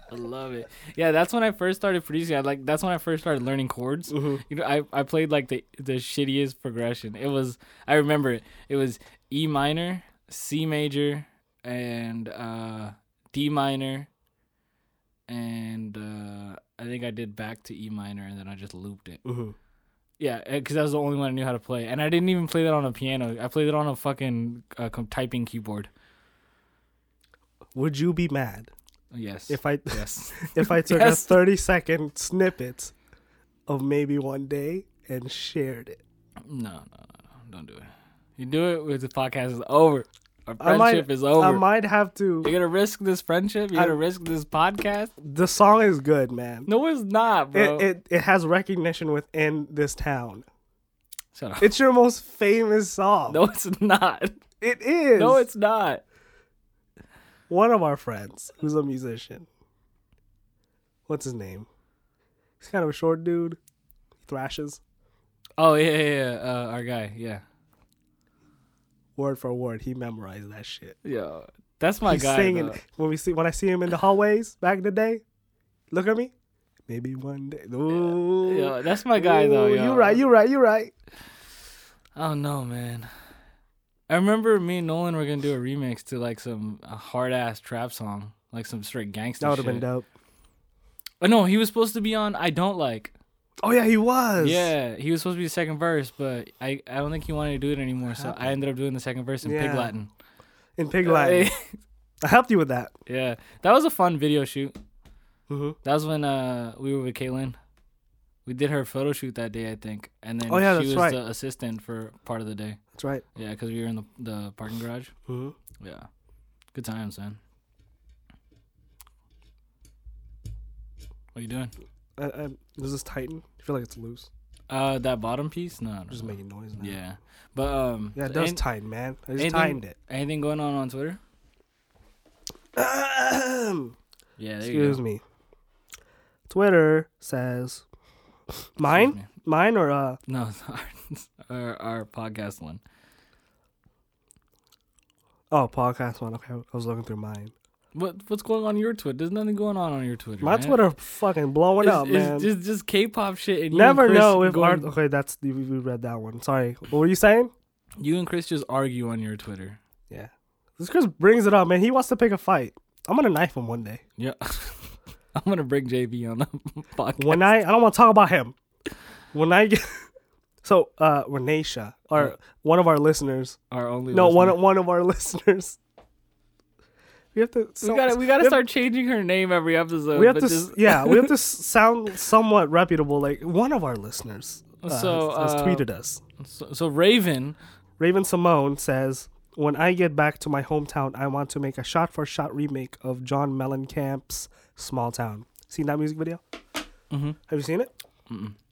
Speaker 1: I love it. Yeah, that's when I first started producing. I like that's when I first started learning chords. You know, I, I played like the the shittiest progression. It was I remember it. It was E minor, C major, and uh D minor. And uh I think I did back to E minor and then I just looped it.
Speaker 2: Mhm.
Speaker 1: Yeah, because that was the only one I knew how to play. And I didn't even play that on a piano. I played it on a fucking uh, com- typing keyboard.
Speaker 2: Would you be mad
Speaker 1: Yes.
Speaker 2: if I
Speaker 1: yes.
Speaker 2: if I took
Speaker 1: Yes.
Speaker 2: a thirty second snippet of maybe one day and shared it?
Speaker 1: No, no, no, no. Don't do it. You do it when the podcast is over. Our
Speaker 2: I
Speaker 1: friendship
Speaker 2: might-
Speaker 1: is over.
Speaker 2: I might have to.
Speaker 1: You're gonna risk this friendship? You're
Speaker 2: I-
Speaker 1: gonna risk this podcast?
Speaker 2: The song is good, man.
Speaker 1: No, it's not, bro.
Speaker 2: It, it it has recognition within this town.
Speaker 1: Shut up.
Speaker 2: It's your most famous song.
Speaker 1: no, it's not.
Speaker 2: it is.
Speaker 1: No, it's not.
Speaker 2: one of our friends who's a musician. What's his name? He's kind of a short dude. He thrashes
Speaker 1: Oh yeah, yeah, yeah. Uh, our guy, yeah,
Speaker 2: word for word. He memorized that shit.
Speaker 1: yeah. That's Oh my
Speaker 2: He's
Speaker 1: guy.
Speaker 2: singing
Speaker 1: though.
Speaker 2: when we see when I see him in the hallways back in the day. Look at me. Maybe one day. Ooh.
Speaker 1: Yo, that's my guy though.
Speaker 2: Ooh,
Speaker 1: Yo.
Speaker 2: You right. You right. You right.
Speaker 1: I don't know, man. I remember me and Nolan were gonna do a remix to like some hard ass trap song, like some straight gangster.
Speaker 2: That would have
Speaker 1: shit.
Speaker 2: been dope.
Speaker 1: Oh no, he was supposed to be on I Don't Like.
Speaker 2: Oh yeah, he was.
Speaker 1: Yeah, he was supposed to be the second verse, but I, I don't think he wanted to do it anymore, so I ended up doing the second verse in Pig
Speaker 2: Yeah.
Speaker 1: Latin.
Speaker 2: In Pig Latin. I helped you with that.
Speaker 1: yeah, that was a fun video shoot.
Speaker 2: Mm-hmm.
Speaker 1: That was when uh we were with Kaylin. We did her photo shoot that day, I think, and then
Speaker 2: Oh, yeah,
Speaker 1: she
Speaker 2: that's
Speaker 1: was
Speaker 2: right.
Speaker 1: the assistant for part of the day.
Speaker 2: That's right.
Speaker 1: Yeah, because we were in the the parking garage.
Speaker 2: Mm-hmm.
Speaker 1: Yeah, good times, man. What are you doing?
Speaker 2: I, I, does Uh, this tighten? I feel like it's loose.
Speaker 1: Uh, that bottom piece? No, no,
Speaker 2: I'm just
Speaker 1: no.
Speaker 2: making noise now.
Speaker 1: Yeah, but um,
Speaker 2: Yeah, it does
Speaker 1: an-
Speaker 2: tighten, man. I just
Speaker 1: anything-
Speaker 2: timed it.
Speaker 1: anything going on on Twitter? Yeah, there you
Speaker 2: Excuse
Speaker 1: go.
Speaker 2: me. Twitter says mine,
Speaker 1: Excuse me.
Speaker 2: mine or uh,
Speaker 1: No, it's our, our our podcast one.
Speaker 2: oh, podcast one. Okay, I was looking through mine.
Speaker 1: What what's going on your Twitter? There's nothing going on on your Twitter.
Speaker 2: My
Speaker 1: man.
Speaker 2: Twitter fucking blowing
Speaker 1: is,
Speaker 2: up,
Speaker 1: is
Speaker 2: man.
Speaker 1: just just K-pop shit. And you and
Speaker 2: Never
Speaker 1: Chris
Speaker 2: know if
Speaker 1: going-
Speaker 2: our okay. That's we we read that one. Sorry. What were you saying?
Speaker 1: you and Chris just argue on your Twitter.
Speaker 2: Yeah, this Chris brings it up, man. He wants to pick a fight. I'm gonna knife him one day.
Speaker 1: Yeah, I'm gonna bring JB on the podcast.
Speaker 2: When I I don't want to talk about him. When I get so uh Renaisha or
Speaker 1: Yeah.
Speaker 2: one of our listeners.
Speaker 1: Our only
Speaker 2: No, one
Speaker 1: listener.
Speaker 2: one of our listeners. We have to.
Speaker 1: We gotta we gotta start changing her name every episode.
Speaker 2: We have
Speaker 1: but
Speaker 2: to. s-
Speaker 1: just-
Speaker 2: yeah, we have to s- sound somewhat reputable. Like one of our listeners uh,
Speaker 1: So,
Speaker 2: has, has
Speaker 1: uh,
Speaker 2: tweeted us.
Speaker 1: So, so Raven,
Speaker 2: Raven Simone says, "When I get back to my hometown, I want to make a shot-for-shot remake of John Mellencamp's Small Town." Seen that music video?
Speaker 1: Mhm.
Speaker 2: Have you seen it?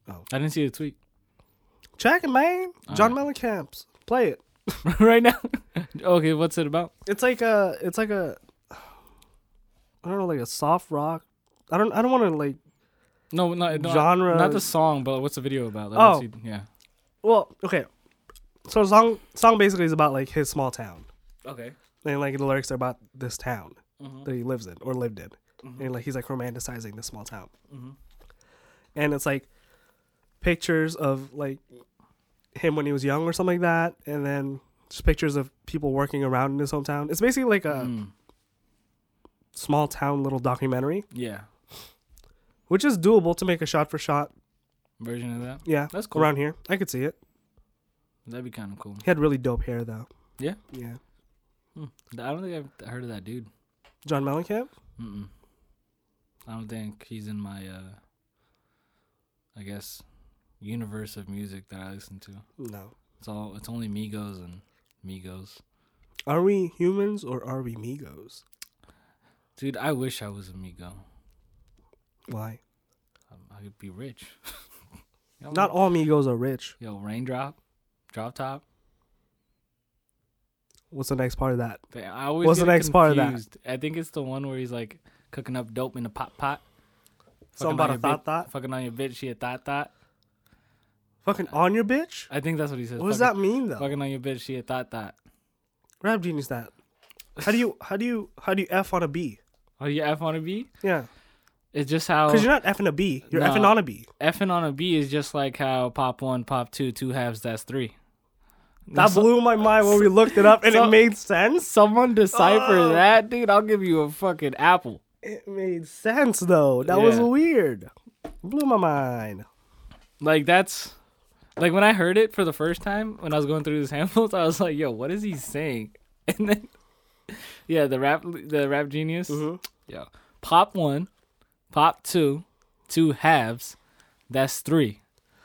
Speaker 2: Oh.
Speaker 1: I didn't see the tweet
Speaker 2: Check it, man. John Mellencamp's. Play it.
Speaker 1: right now. okay, what's it about?
Speaker 2: It's like a. It's like a. I don't know, like a soft rock. I don't. I don't want to like
Speaker 1: No, not no,
Speaker 2: genre.
Speaker 1: Not the song, but what's the video about? Like,
Speaker 2: Oh.
Speaker 1: what's he- yeah.
Speaker 2: Well, okay. So the song song basically is about like his small town,
Speaker 1: Okay.
Speaker 2: and like the lyrics are about this town that he lives in or lived in, and like he's like romanticizing this small town, and it's like pictures of like him when he was young or something like that, and then just pictures of people working around in his hometown. It's basically like uh, a
Speaker 1: Mm,
Speaker 2: small town little documentary,
Speaker 1: yeah.
Speaker 2: which is doable to make a shot for shot.
Speaker 1: Version of that.
Speaker 2: Yeah,
Speaker 1: That's cool.
Speaker 2: around here. I could see it.
Speaker 1: That'd be kind of cool.
Speaker 2: He had really dope hair though.
Speaker 1: Yeah?
Speaker 2: yeah.
Speaker 1: Hmm. I don't think I've heard of that dude.
Speaker 2: John Mellencamp.
Speaker 1: Mm-mm. I don't think he's in my, uh, I guess, universe of music that I listen to.
Speaker 2: No,
Speaker 1: It's all. It's only Migos and Migos.
Speaker 2: Are we humans or are we Migos?
Speaker 1: Dude, I wish I was a Migo.
Speaker 2: Why?
Speaker 1: Um, I could be rich. Yo,
Speaker 2: Not all Migos are rich.
Speaker 1: Yo, raindrop, drop top.
Speaker 2: What's the next part of that?
Speaker 1: Damn, I always
Speaker 2: What's
Speaker 1: get
Speaker 2: the next part of that?
Speaker 1: confused. I think it's the one where he's like cooking up dope in a pot pot. Fucking
Speaker 2: Something about
Speaker 1: on
Speaker 2: a
Speaker 1: your
Speaker 2: thought
Speaker 1: bit-
Speaker 2: thought?
Speaker 1: Fucking on your bitch, she a thought thought.
Speaker 2: Fucking on your bitch?
Speaker 1: I think that's what he says.
Speaker 2: What does that
Speaker 1: fucking,
Speaker 2: mean though?
Speaker 1: Fucking on your bitch, she a thought thought.
Speaker 2: Rap genius that. How do you how do you how do you F on a B?
Speaker 1: Oh, you F on a B?
Speaker 2: Yeah.
Speaker 1: It's just how
Speaker 2: Because you're not effing a B. You're
Speaker 1: No.
Speaker 2: effing on a B.
Speaker 1: effing on a B is just like how pop one, pop two, two halves, that's three.
Speaker 2: That
Speaker 1: So-
Speaker 2: blew my mind when we looked it up and
Speaker 1: So-
Speaker 2: it made sense.
Speaker 1: Someone decipher
Speaker 2: Oh.
Speaker 1: that, dude. I'll give you a fucking apple.
Speaker 2: It made sense though. That was
Speaker 1: Yeah.
Speaker 2: weird. Blew my mind.
Speaker 1: Like that's like when I heard it for the first time when I was going through the samples, I was like, "Yo, what is he saying?" And then yeah, the rap the rap genius.
Speaker 2: Mm-hmm.
Speaker 1: Yo, pop one, pop two, two halves, that's three.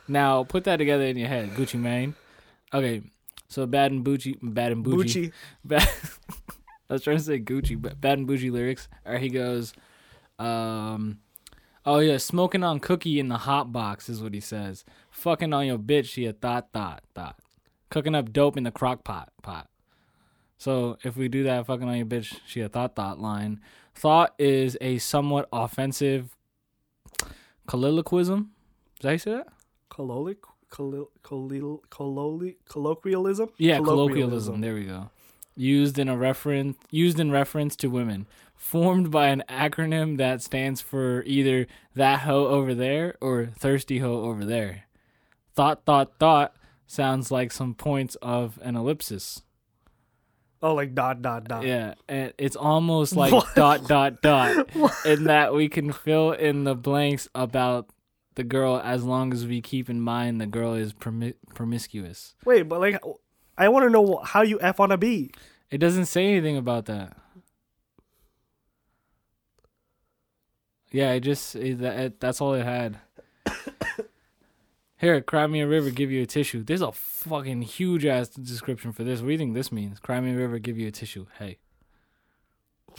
Speaker 1: Now put that together in your head, Gucci Mane. Okay, so bad and Bucci, bad and Bucci.
Speaker 2: Gucci.
Speaker 1: Bad, I was trying to say Gucci, but bad and Bucci lyrics. Or he goes, um, oh yeah, smoking on cookie in the hot box is what he says. Fucking on your bitch, she a thought thought thought. Cooking up dope in the crock pot pot. So if we do that, fucking on your bitch, she a thought thought line. Thought is a somewhat offensive colloquialism. Did I say that?
Speaker 2: Colloquial, colloquial, colloquial, colloquialism.
Speaker 1: Yeah, colloquialism. There we go. Used in a reference used in reference to women, formed by an acronym that stands for either that hoe over there or thirsty hoe over there. Thought thought thought sounds like some points of an ellipsis.
Speaker 2: Oh, like dot dot dot.
Speaker 1: Yeah, and it's almost like
Speaker 2: What?
Speaker 1: dot dot dot in that we can fill in the blanks about the girl as long as we keep in mind the girl is promi- promiscuous.
Speaker 2: Wait, but like, I want to know wh- how you f on a B.
Speaker 1: It doesn't say anything about that. Yeah, it just it, that, it- that's all it had. Here, cry me a river, give you a tissue. There's a fucking huge ass description for this. What do you think this means? Cry me a river, give you a tissue. Hey,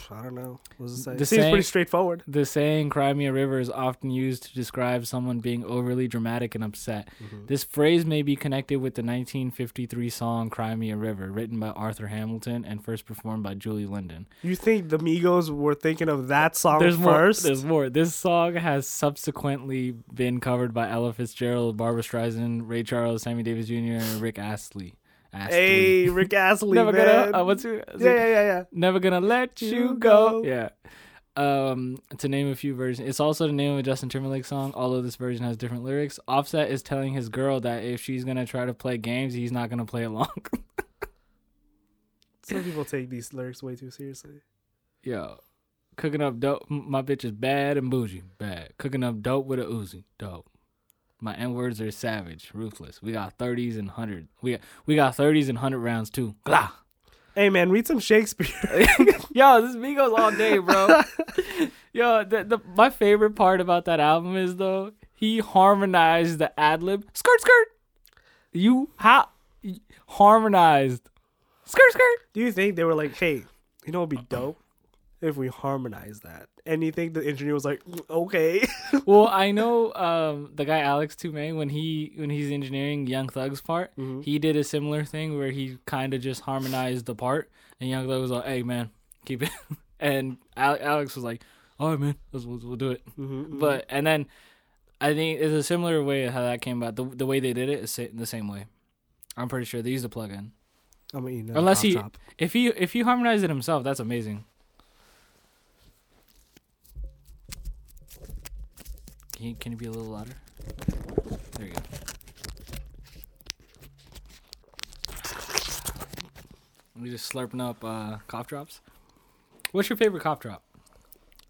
Speaker 2: I don't know. What does it say?
Speaker 1: The
Speaker 2: It seems
Speaker 1: same-
Speaker 2: pretty straightforward.
Speaker 1: the saying "cry me a river" is often used to describe someone being overly dramatic and upset.
Speaker 2: Mm-hmm.
Speaker 1: This phrase may be connected with the 1953 song "Cry Me a River," written by Arthur Hamilton and first performed by Julie Linden.
Speaker 2: You think the Migos were thinking of that song
Speaker 1: there's
Speaker 2: first?
Speaker 1: more. There's more. This song has subsequently been covered by Ella Fitzgerald, Barbara Streisand, Ray Charles, Sammy Davis Jr., and Rick Astley. Astley.
Speaker 2: hey, Rick Astley,
Speaker 1: never
Speaker 2: man.
Speaker 1: gonna. Uh, what's your,
Speaker 2: yeah, yeah, yeah, yeah.
Speaker 1: Never gonna let you
Speaker 2: You
Speaker 1: go.
Speaker 2: go.
Speaker 1: Yeah. Um, to name a few versions, it's also the name of a Justin Timberlake song. Although this version has different lyrics, Offset is telling his girl that if she's gonna try to play games, he's not gonna play along.
Speaker 2: Some people take these lyrics way too seriously.
Speaker 1: Yo, cooking up dope. m- My bitch is bad and bougie. Bad. Cooking up dope with a Uzi. Dope. My N words are savage, ruthless. We got thirties and hundred. We got we got thirties and hundred rounds too. Glah.
Speaker 2: Hey, man, read some Shakespeare.
Speaker 1: Yo, this is Migos all day, bro. Yo, the, the my favorite part about that album is though he harmonized the ad lib. Skirt, skirt. You how harmonized. Skirt, skirt.
Speaker 2: Do you think they were like, hey, you know, it'd be dope if we harmonize that? And you think the engineer was like, "Mm, okay,
Speaker 1: well, I know um, the guy Alex Toomey when he when he's engineering Young Thug's part,
Speaker 2: Mm-hmm,
Speaker 1: he did a similar thing where he kind of just harmonized the part, and Young Thug was like, "Hey man, keep it," and Ale- Alex was like, "All right man, let's, we'll, we'll do it."
Speaker 2: Mm-hmm.
Speaker 1: But and then I think it's a similar way how that came about. The the way they did it is sa- the same way. I'm pretty sure they used a plug-in.
Speaker 2: I'm gonna eat another
Speaker 1: Unless
Speaker 2: cough
Speaker 1: he,
Speaker 2: drop.
Speaker 1: if he, if he harmonized it himself, that's amazing. Can you, can you be a little louder? There you go. We just slurping up uh, cough drops. What's your favorite cough drop?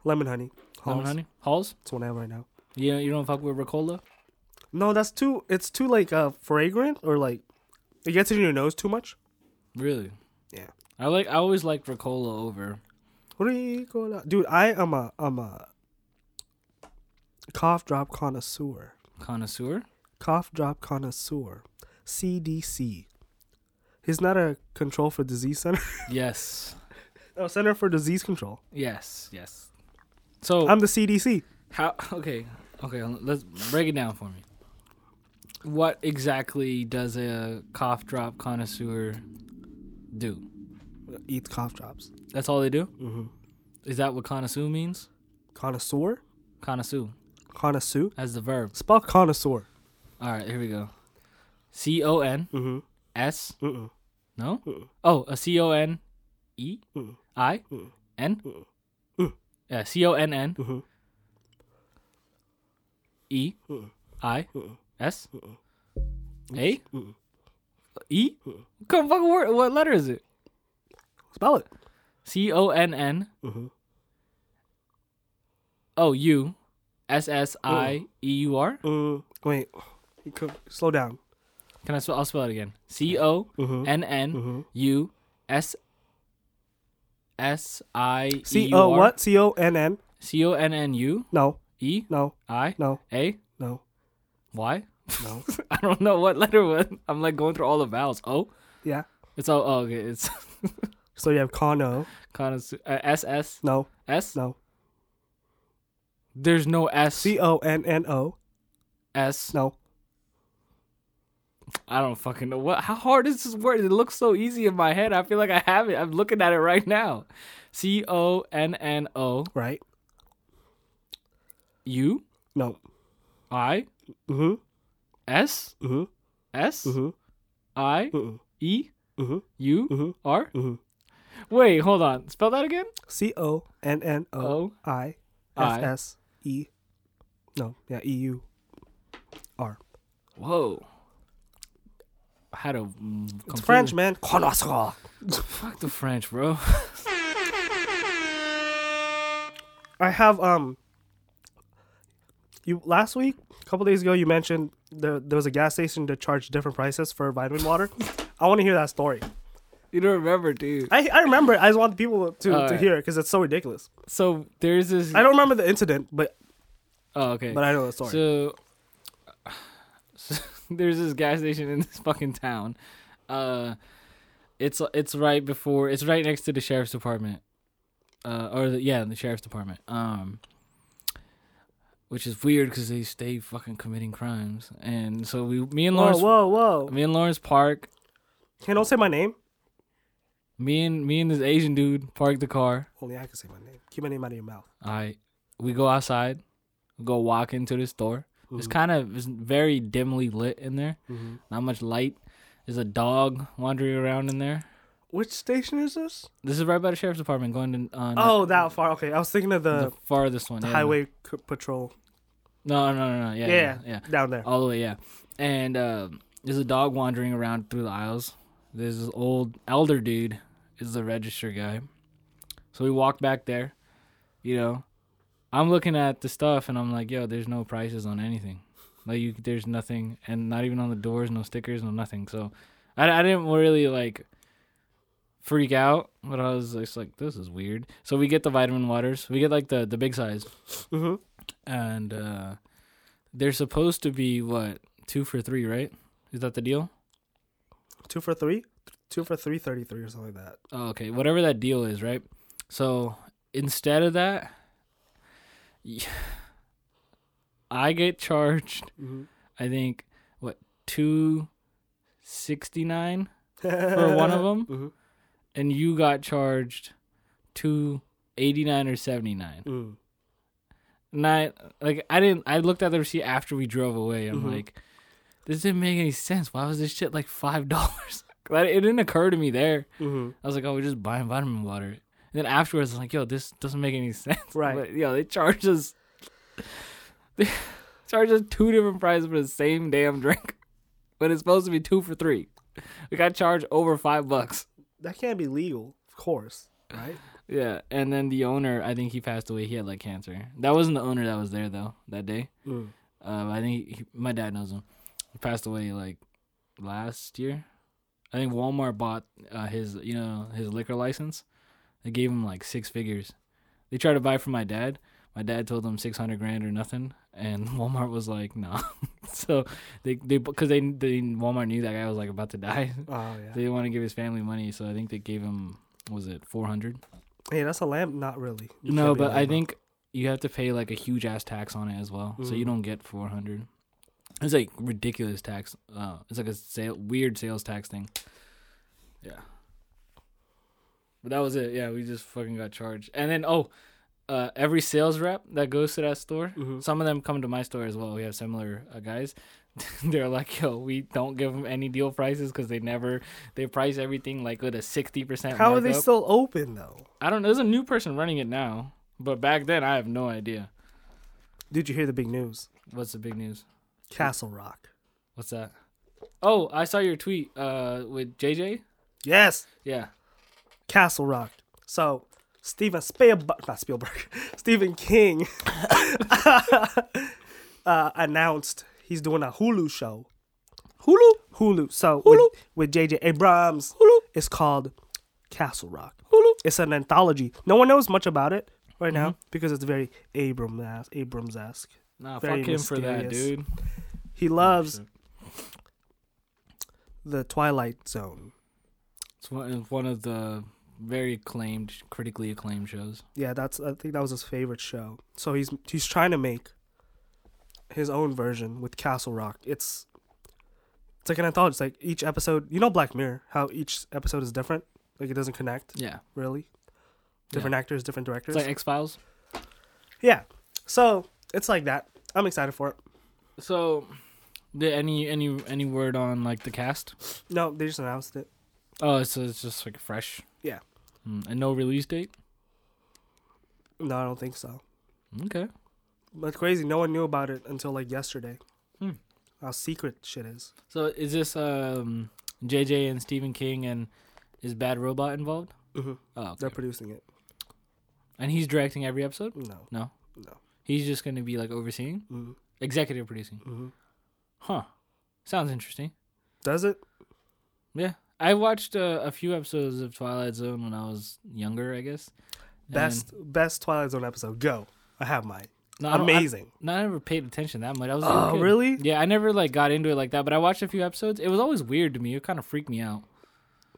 Speaker 2: lemon honey,
Speaker 1: Lemon
Speaker 2: Halls.
Speaker 1: honey? Halls?
Speaker 2: That's what I have right now.
Speaker 1: You you don't fuck with Ricola?
Speaker 2: No, that's too. It's too like uh fragrant or like it gets in your nose too much.
Speaker 1: Really?
Speaker 2: Yeah.
Speaker 1: I like. I always liked Ricola over.
Speaker 2: Ricola. Dude, I am a I'm a cough drop connoisseur.
Speaker 1: Connoisseur?
Speaker 2: Cough drop connoisseur. CDC. He's not a control for disease center.
Speaker 1: Yes.
Speaker 2: no, Center for Disease Control.
Speaker 1: Yes. Yes. So
Speaker 2: I'm the CDC.
Speaker 1: how? Okay. Okay. Let's break it down for me. What exactly does a cough drop connoisseur do?
Speaker 2: Eats cough drops.
Speaker 1: That's all they do.
Speaker 2: Mm-hmm.
Speaker 1: Is that what connoisseur means?
Speaker 2: Connoisseur.
Speaker 1: Connoisseur
Speaker 2: Connoisseur.
Speaker 1: as the verb.
Speaker 2: Spell connoisseur.
Speaker 1: All right. Here we go. C O N
Speaker 2: Mm-hmm.
Speaker 1: S.
Speaker 2: Mm-mm.
Speaker 1: No.
Speaker 2: Mm-mm.
Speaker 1: Oh, a C O N E
Speaker 2: Mm.
Speaker 1: I
Speaker 2: Mm.
Speaker 1: N.
Speaker 2: Mm. Mm.
Speaker 1: Yeah. C O N N
Speaker 2: Mm-hmm.
Speaker 1: E
Speaker 2: Mm.
Speaker 1: I
Speaker 2: Mm.
Speaker 1: S
Speaker 2: Mm.
Speaker 1: A
Speaker 2: Mm.
Speaker 1: E.
Speaker 2: Mm.
Speaker 1: Come fucking word. What letter is it?
Speaker 2: Spell it.
Speaker 1: C O N N
Speaker 2: Mm-hmm.
Speaker 1: O U S S I E U R.
Speaker 2: Mm. Wait. You could- Slow down.
Speaker 1: Can I spell? I'll spell it again. C O
Speaker 2: Mm-hmm.
Speaker 1: N N
Speaker 2: Mm-hmm.
Speaker 1: U S S I E U R.
Speaker 2: C O what? C O N N.
Speaker 1: C O N N U
Speaker 2: No.
Speaker 1: E
Speaker 2: No.
Speaker 1: I
Speaker 2: No.
Speaker 1: A
Speaker 2: No.
Speaker 1: Y.
Speaker 2: No.
Speaker 1: I don't know what letter was. I'm like going through all the vowels. O.
Speaker 2: yeah.
Speaker 1: It's all. Oh, okay. It's
Speaker 2: So you have cono.
Speaker 1: kind of uh, S S
Speaker 2: No.
Speaker 1: S.
Speaker 2: No.
Speaker 1: There's no S.
Speaker 2: C O N N O.
Speaker 1: S.
Speaker 2: No.
Speaker 1: I don't fucking know what. How hard is this word? It looks so easy in my head. I feel like I have it. I'm looking at it right now. C O N N O
Speaker 2: Right.
Speaker 1: U
Speaker 2: No.
Speaker 1: I
Speaker 2: Mm-hmm.
Speaker 1: S
Speaker 2: Mm-hmm.
Speaker 1: S
Speaker 2: Mm-hmm.
Speaker 1: I
Speaker 2: Mm-hmm.
Speaker 1: E
Speaker 2: Mm-hmm.
Speaker 1: U
Speaker 2: Mm-hmm.
Speaker 1: R.
Speaker 2: Mm-hmm.
Speaker 1: Wait, hold on. Spell that again.
Speaker 2: C O N N O
Speaker 1: O
Speaker 2: I S
Speaker 1: I.
Speaker 2: S E. No, yeah, E U R.
Speaker 1: Whoa. I had a. mm,
Speaker 2: It's
Speaker 1: complete-
Speaker 2: French, man. Connoisseur.
Speaker 1: Fuck the French, bro.
Speaker 2: I have um. You last week, a couple days ago, you mentioned there there was a gas station that charged different prices for vitamin water. I want to hear that story.
Speaker 1: you don't remember, dude.
Speaker 2: I, I remember. it. I just want people to, to
Speaker 1: Alright.
Speaker 2: hear it because it's so ridiculous.
Speaker 1: So there's this.
Speaker 2: I don't remember the incident, but
Speaker 1: Oh, okay.
Speaker 2: but I know the story.
Speaker 1: So, so there's this gas station in this fucking town. Uh, it's it's right before it's right next to the sheriff's department. Uh, or the, yeah, the sheriff's department. Um, which is weird because they stay fucking committing crimes, and so we, me and
Speaker 2: whoa,
Speaker 1: Lawrence,
Speaker 2: whoa, whoa!
Speaker 1: me and Lawrence Park,
Speaker 2: Can I say my name?
Speaker 1: me and me and this Asian dude parked the car.
Speaker 2: Only I can say my name. Keep my name out of your mouth.
Speaker 1: I we go outside, go walk into the store. It's
Speaker 2: Mm-hmm.
Speaker 1: kind of it's very dimly lit in there.
Speaker 2: Mhm.
Speaker 1: Not much light. There's a dog wandering around in there.
Speaker 2: Which station is this?
Speaker 1: This is right by the sheriff's department, going to on
Speaker 2: Oh, that far. Okay, I was thinking of
Speaker 1: the
Speaker 2: the,
Speaker 1: farthest one, yeah.
Speaker 2: highway c- patrol.
Speaker 1: No, no, no, no. Yeah,
Speaker 2: Yeah,
Speaker 1: yeah, yeah. Oh.
Speaker 2: down there.
Speaker 1: All the way, yeah. And uh, there's a dog wandering around through the aisles. There's this old elder dude, is the register guy. So we walk back there, you know. I'm looking at the stuff and I'm like, yo, there's no prices on anything. Like, you, there's nothing, and not even on the doors, no stickers, no nothing. So I, I didn't really like freak out, but I was just like, this is weird. So we get the vitamin waters, we get like the, the big size
Speaker 2: hmm
Speaker 1: and uh they're supposed to be what two for three, right? Is that the deal?
Speaker 2: Two for three, two for three thirty-three or something like that.
Speaker 1: Oh, okay, whatever that deal is, right? So instead of that, I get charged. I think what two sixty nine for one of them,
Speaker 2: Mhm.
Speaker 1: and you got charged two eighty nine or seventy nine.
Speaker 2: Mm.
Speaker 1: And I like I didn't I looked at the receipt after we drove away. I'm
Speaker 2: Mhm.
Speaker 1: like, this didn't make any sense. Why was this shit like five dollars? Like, it didn't occur to me there.
Speaker 2: Mhm.
Speaker 1: I was like, oh, we're just buying vitamin water. And then afterwards, I'm like, yo, this doesn't make any sense.
Speaker 2: Right.
Speaker 1: But, yo, they charge us. They charge us two different prices for the same damn drink, but it's supposed to be two for three. We got charged over five bucks.
Speaker 2: That can't be legal, of course, right?
Speaker 1: Yeah, and then the owner, I think he passed away. He had like cancer. That wasn't the owner that was there though that day.
Speaker 2: Mm.
Speaker 1: Um, I think he, my dad knows him. He passed away like last year. I think Walmart bought uh, his, you know, his liquor license. They gave him like six figures. They tried to buy it from my dad, My dad told them six hundred grand or nothing, and Walmart was like, nah. so they they because they they Walmart knew that guy was like about to die.
Speaker 2: Oh
Speaker 1: They
Speaker 2: yeah.
Speaker 1: didn't want to give his family money, so I think they gave him what was it four hundred?
Speaker 2: Hey, that's a lamp. Not really. You
Speaker 1: No,
Speaker 2: can't be a
Speaker 1: but I
Speaker 2: lamp.
Speaker 1: think you have to pay like a huge ass tax on it as well, so you
Speaker 2: Mm.
Speaker 1: don't get four hundred. It's like ridiculous tax. Uh, it's like a sale, weird sales tax thing. Yeah. But that was it. Yeah, we just fucking got charged. And then oh, uh, every sales rep that goes to that store,
Speaker 2: Mhm.
Speaker 1: some of them come to my store as well. We have similar uh, guys. They're like, yo, we don't give them any deal prices because they never they price everything like with a sixty percent.
Speaker 2: How are they still open though?
Speaker 1: I don't know. There's a new person running it now, but back then I have no idea.
Speaker 2: Did you hear the big news?
Speaker 1: What's the big news?
Speaker 2: Castle Rock.
Speaker 1: What's that? Oh, I saw your tweet uh, with JJ.
Speaker 2: Yes,
Speaker 1: Yeah,
Speaker 2: Castle Rock. So Steven Spielberg, not Spielberg, Stephen King uh, announced he's doing a Hulu show. Hulu, Hulu. So with with JJ Abrams, Hulu. It's called Castle Rock. Hulu. Mm-hmm. It's an anthology. No one knows much about it right now because it's very Abrams Abrams esque.
Speaker 1: nah,
Speaker 2: Very
Speaker 1: fuck him for that,
Speaker 2: mysterious.
Speaker 1: dude.
Speaker 2: He loves the Twilight Zone.
Speaker 1: It's one, it's one of the very acclaimed, critically acclaimed shows.
Speaker 2: Yeah, that's I think that was his favorite show. So he's he's trying to make his own version with Castle Rock. It's it's like an anthology. It's like each episode, you know, Black Mirror, how each episode is different. Like it doesn't connect
Speaker 1: Yeah,
Speaker 2: really. Different actors, different directors.
Speaker 1: it's like X Files.
Speaker 2: yeah, so it's like that. I'm excited for it.
Speaker 1: So, did any any any word on like the cast?
Speaker 2: No, they just announced it.
Speaker 1: Oh, so it's just like fresh.
Speaker 2: Yeah.
Speaker 1: Mm, and no release date.
Speaker 2: No, I don't think so.
Speaker 1: Okay.
Speaker 2: But crazy, no one knew about it until like yesterday.
Speaker 1: Hmm.
Speaker 2: How secret shit is.
Speaker 1: So is this um JJ and Stephen King and is Bad Robot involved?
Speaker 2: Mhm.
Speaker 1: Oh, okay.
Speaker 2: They're producing it.
Speaker 1: and he's directing every episode.
Speaker 2: No.
Speaker 1: No,
Speaker 2: No.
Speaker 1: he's just going to be like overseeing,
Speaker 2: Mm-hmm.
Speaker 1: executive producing. Huh? Sounds interesting.
Speaker 2: Does it?
Speaker 1: Yeah, I watched uh, a few episodes of Twilight Zone when I was younger, I guess. And-
Speaker 2: Best best Twilight Zone episode. Go. I have mine.
Speaker 1: No, I don't- I-
Speaker 2: Amazing.
Speaker 1: No, I never paid attention that much. I was a little
Speaker 2: Oh,
Speaker 1: kid.
Speaker 2: really?
Speaker 1: Yeah, I never like got into it like that, but I watched a few episodes. It was always weird to me. It kind of freaked me out.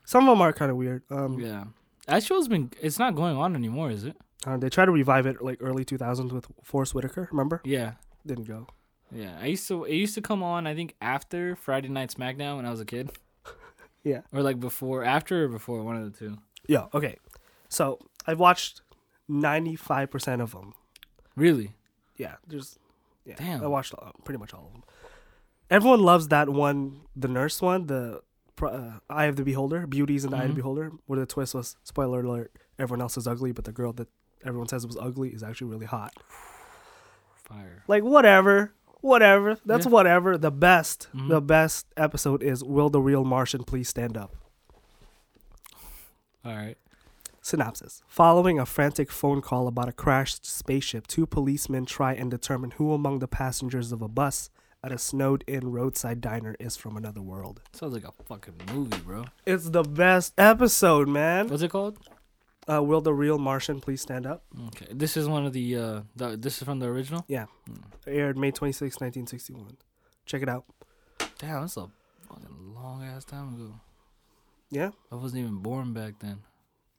Speaker 2: Some of them are kind of weird. Um,
Speaker 1: Yeah, that show's been. It's not going on anymore, is it?
Speaker 2: uh, they tried to revive it like early 2000s with Forrest Whitaker. Remember?
Speaker 1: Yeah,
Speaker 2: Didn't go.
Speaker 1: Yeah, I used to. It used to come on. I think after Friday Night SmackDown when I was a kid.
Speaker 2: Yeah.
Speaker 1: Or like before, after or before, one of the two.
Speaker 2: Yeah. Okay. So I've watched 95% of them.
Speaker 1: Really?
Speaker 2: Yeah. There's. Yeah.
Speaker 1: Damn.
Speaker 2: I watched all, pretty much all of them. Everyone loves that one, the nurse one, the pr- uh, Eye of the Beholder, Beauties in the Eye of the
Speaker 1: Mhm.
Speaker 2: Beholder, where the twist was spoiler alert, everyone else is ugly, but the girl that everyone says was ugly is actually really hot.
Speaker 1: Fire.
Speaker 2: like whatever whatever that's
Speaker 1: Yeah.
Speaker 2: whatever the best
Speaker 1: Mhm.
Speaker 2: the best episode is will the real martian please stand up
Speaker 1: All right.
Speaker 2: synopsis following a frantic phone call about a crashed spaceship two policemen try and determine who among the passengers of a bus at a snowed in roadside diner is from another world
Speaker 1: Sounds like a fucking movie, bro.
Speaker 2: it's the best episode man
Speaker 1: What's it called?
Speaker 2: uh, will the real martian please stand up
Speaker 1: Okay, this is one of the. uh the, This is from the original.
Speaker 2: aired may 26 1961 check it out
Speaker 1: Damn, that's a fucking long ass time ago.
Speaker 2: yeah
Speaker 1: I wasn't even born back then.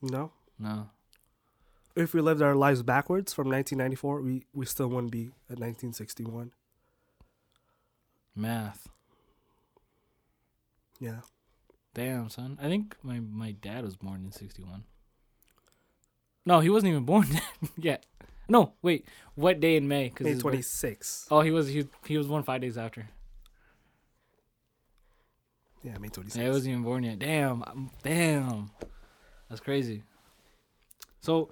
Speaker 2: no
Speaker 1: No.
Speaker 2: if we lived our lives backwards from 1994, we, we still wouldn't be at 1961.
Speaker 1: Math.
Speaker 2: Yeah.
Speaker 1: Damn, son. I think my my dad was born in '61. No, he wasn't even born yet. No, wait. What day in May?
Speaker 2: May
Speaker 1: his birth-
Speaker 2: 26.
Speaker 1: Oh, he was he, he was born five days after.
Speaker 2: Yeah, May 26.
Speaker 1: Yeah, he wasn't even born yet. Damn, I'm- damn, that's crazy. So,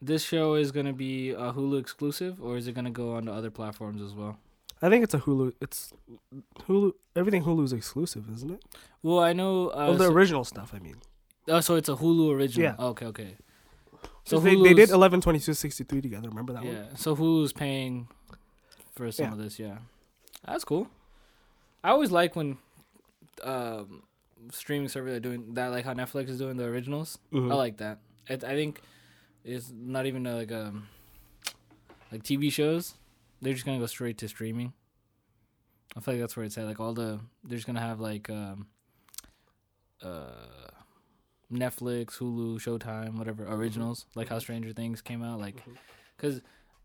Speaker 1: this show is gonna be a Hulu exclusive, or is it gonna go onto other platforms as well?
Speaker 2: I think it's a Hulu. It's Hulu. Everything Hulu's exclusive, isn't it?
Speaker 1: Well, I know. Uh,
Speaker 2: Well, the
Speaker 1: so,
Speaker 2: original stuff, I mean.
Speaker 1: oh, so it's a Hulu original. Oh,
Speaker 2: Yeah.
Speaker 1: Okay, okay.
Speaker 2: So
Speaker 1: So
Speaker 2: they, they did
Speaker 1: Hulu's-
Speaker 2: 11, 22, 63 together. Remember that one?
Speaker 1: Yeah. So Hulu's paying for some
Speaker 2: Yeah.
Speaker 1: of this? Yeah. That's cool. I always like when um, streaming service are doing that, like how Netflix is doing the originals.
Speaker 2: Mhm.
Speaker 1: I like that. It, I think it's not even a, like um uh, like TV shows, they're just gonna go straight to streaming. I feel like that's where it's at. Like all the they're just gonna have like um uh Netflix, Hulu, Showtime, whatever originals, like how Stranger Things came out, like cuz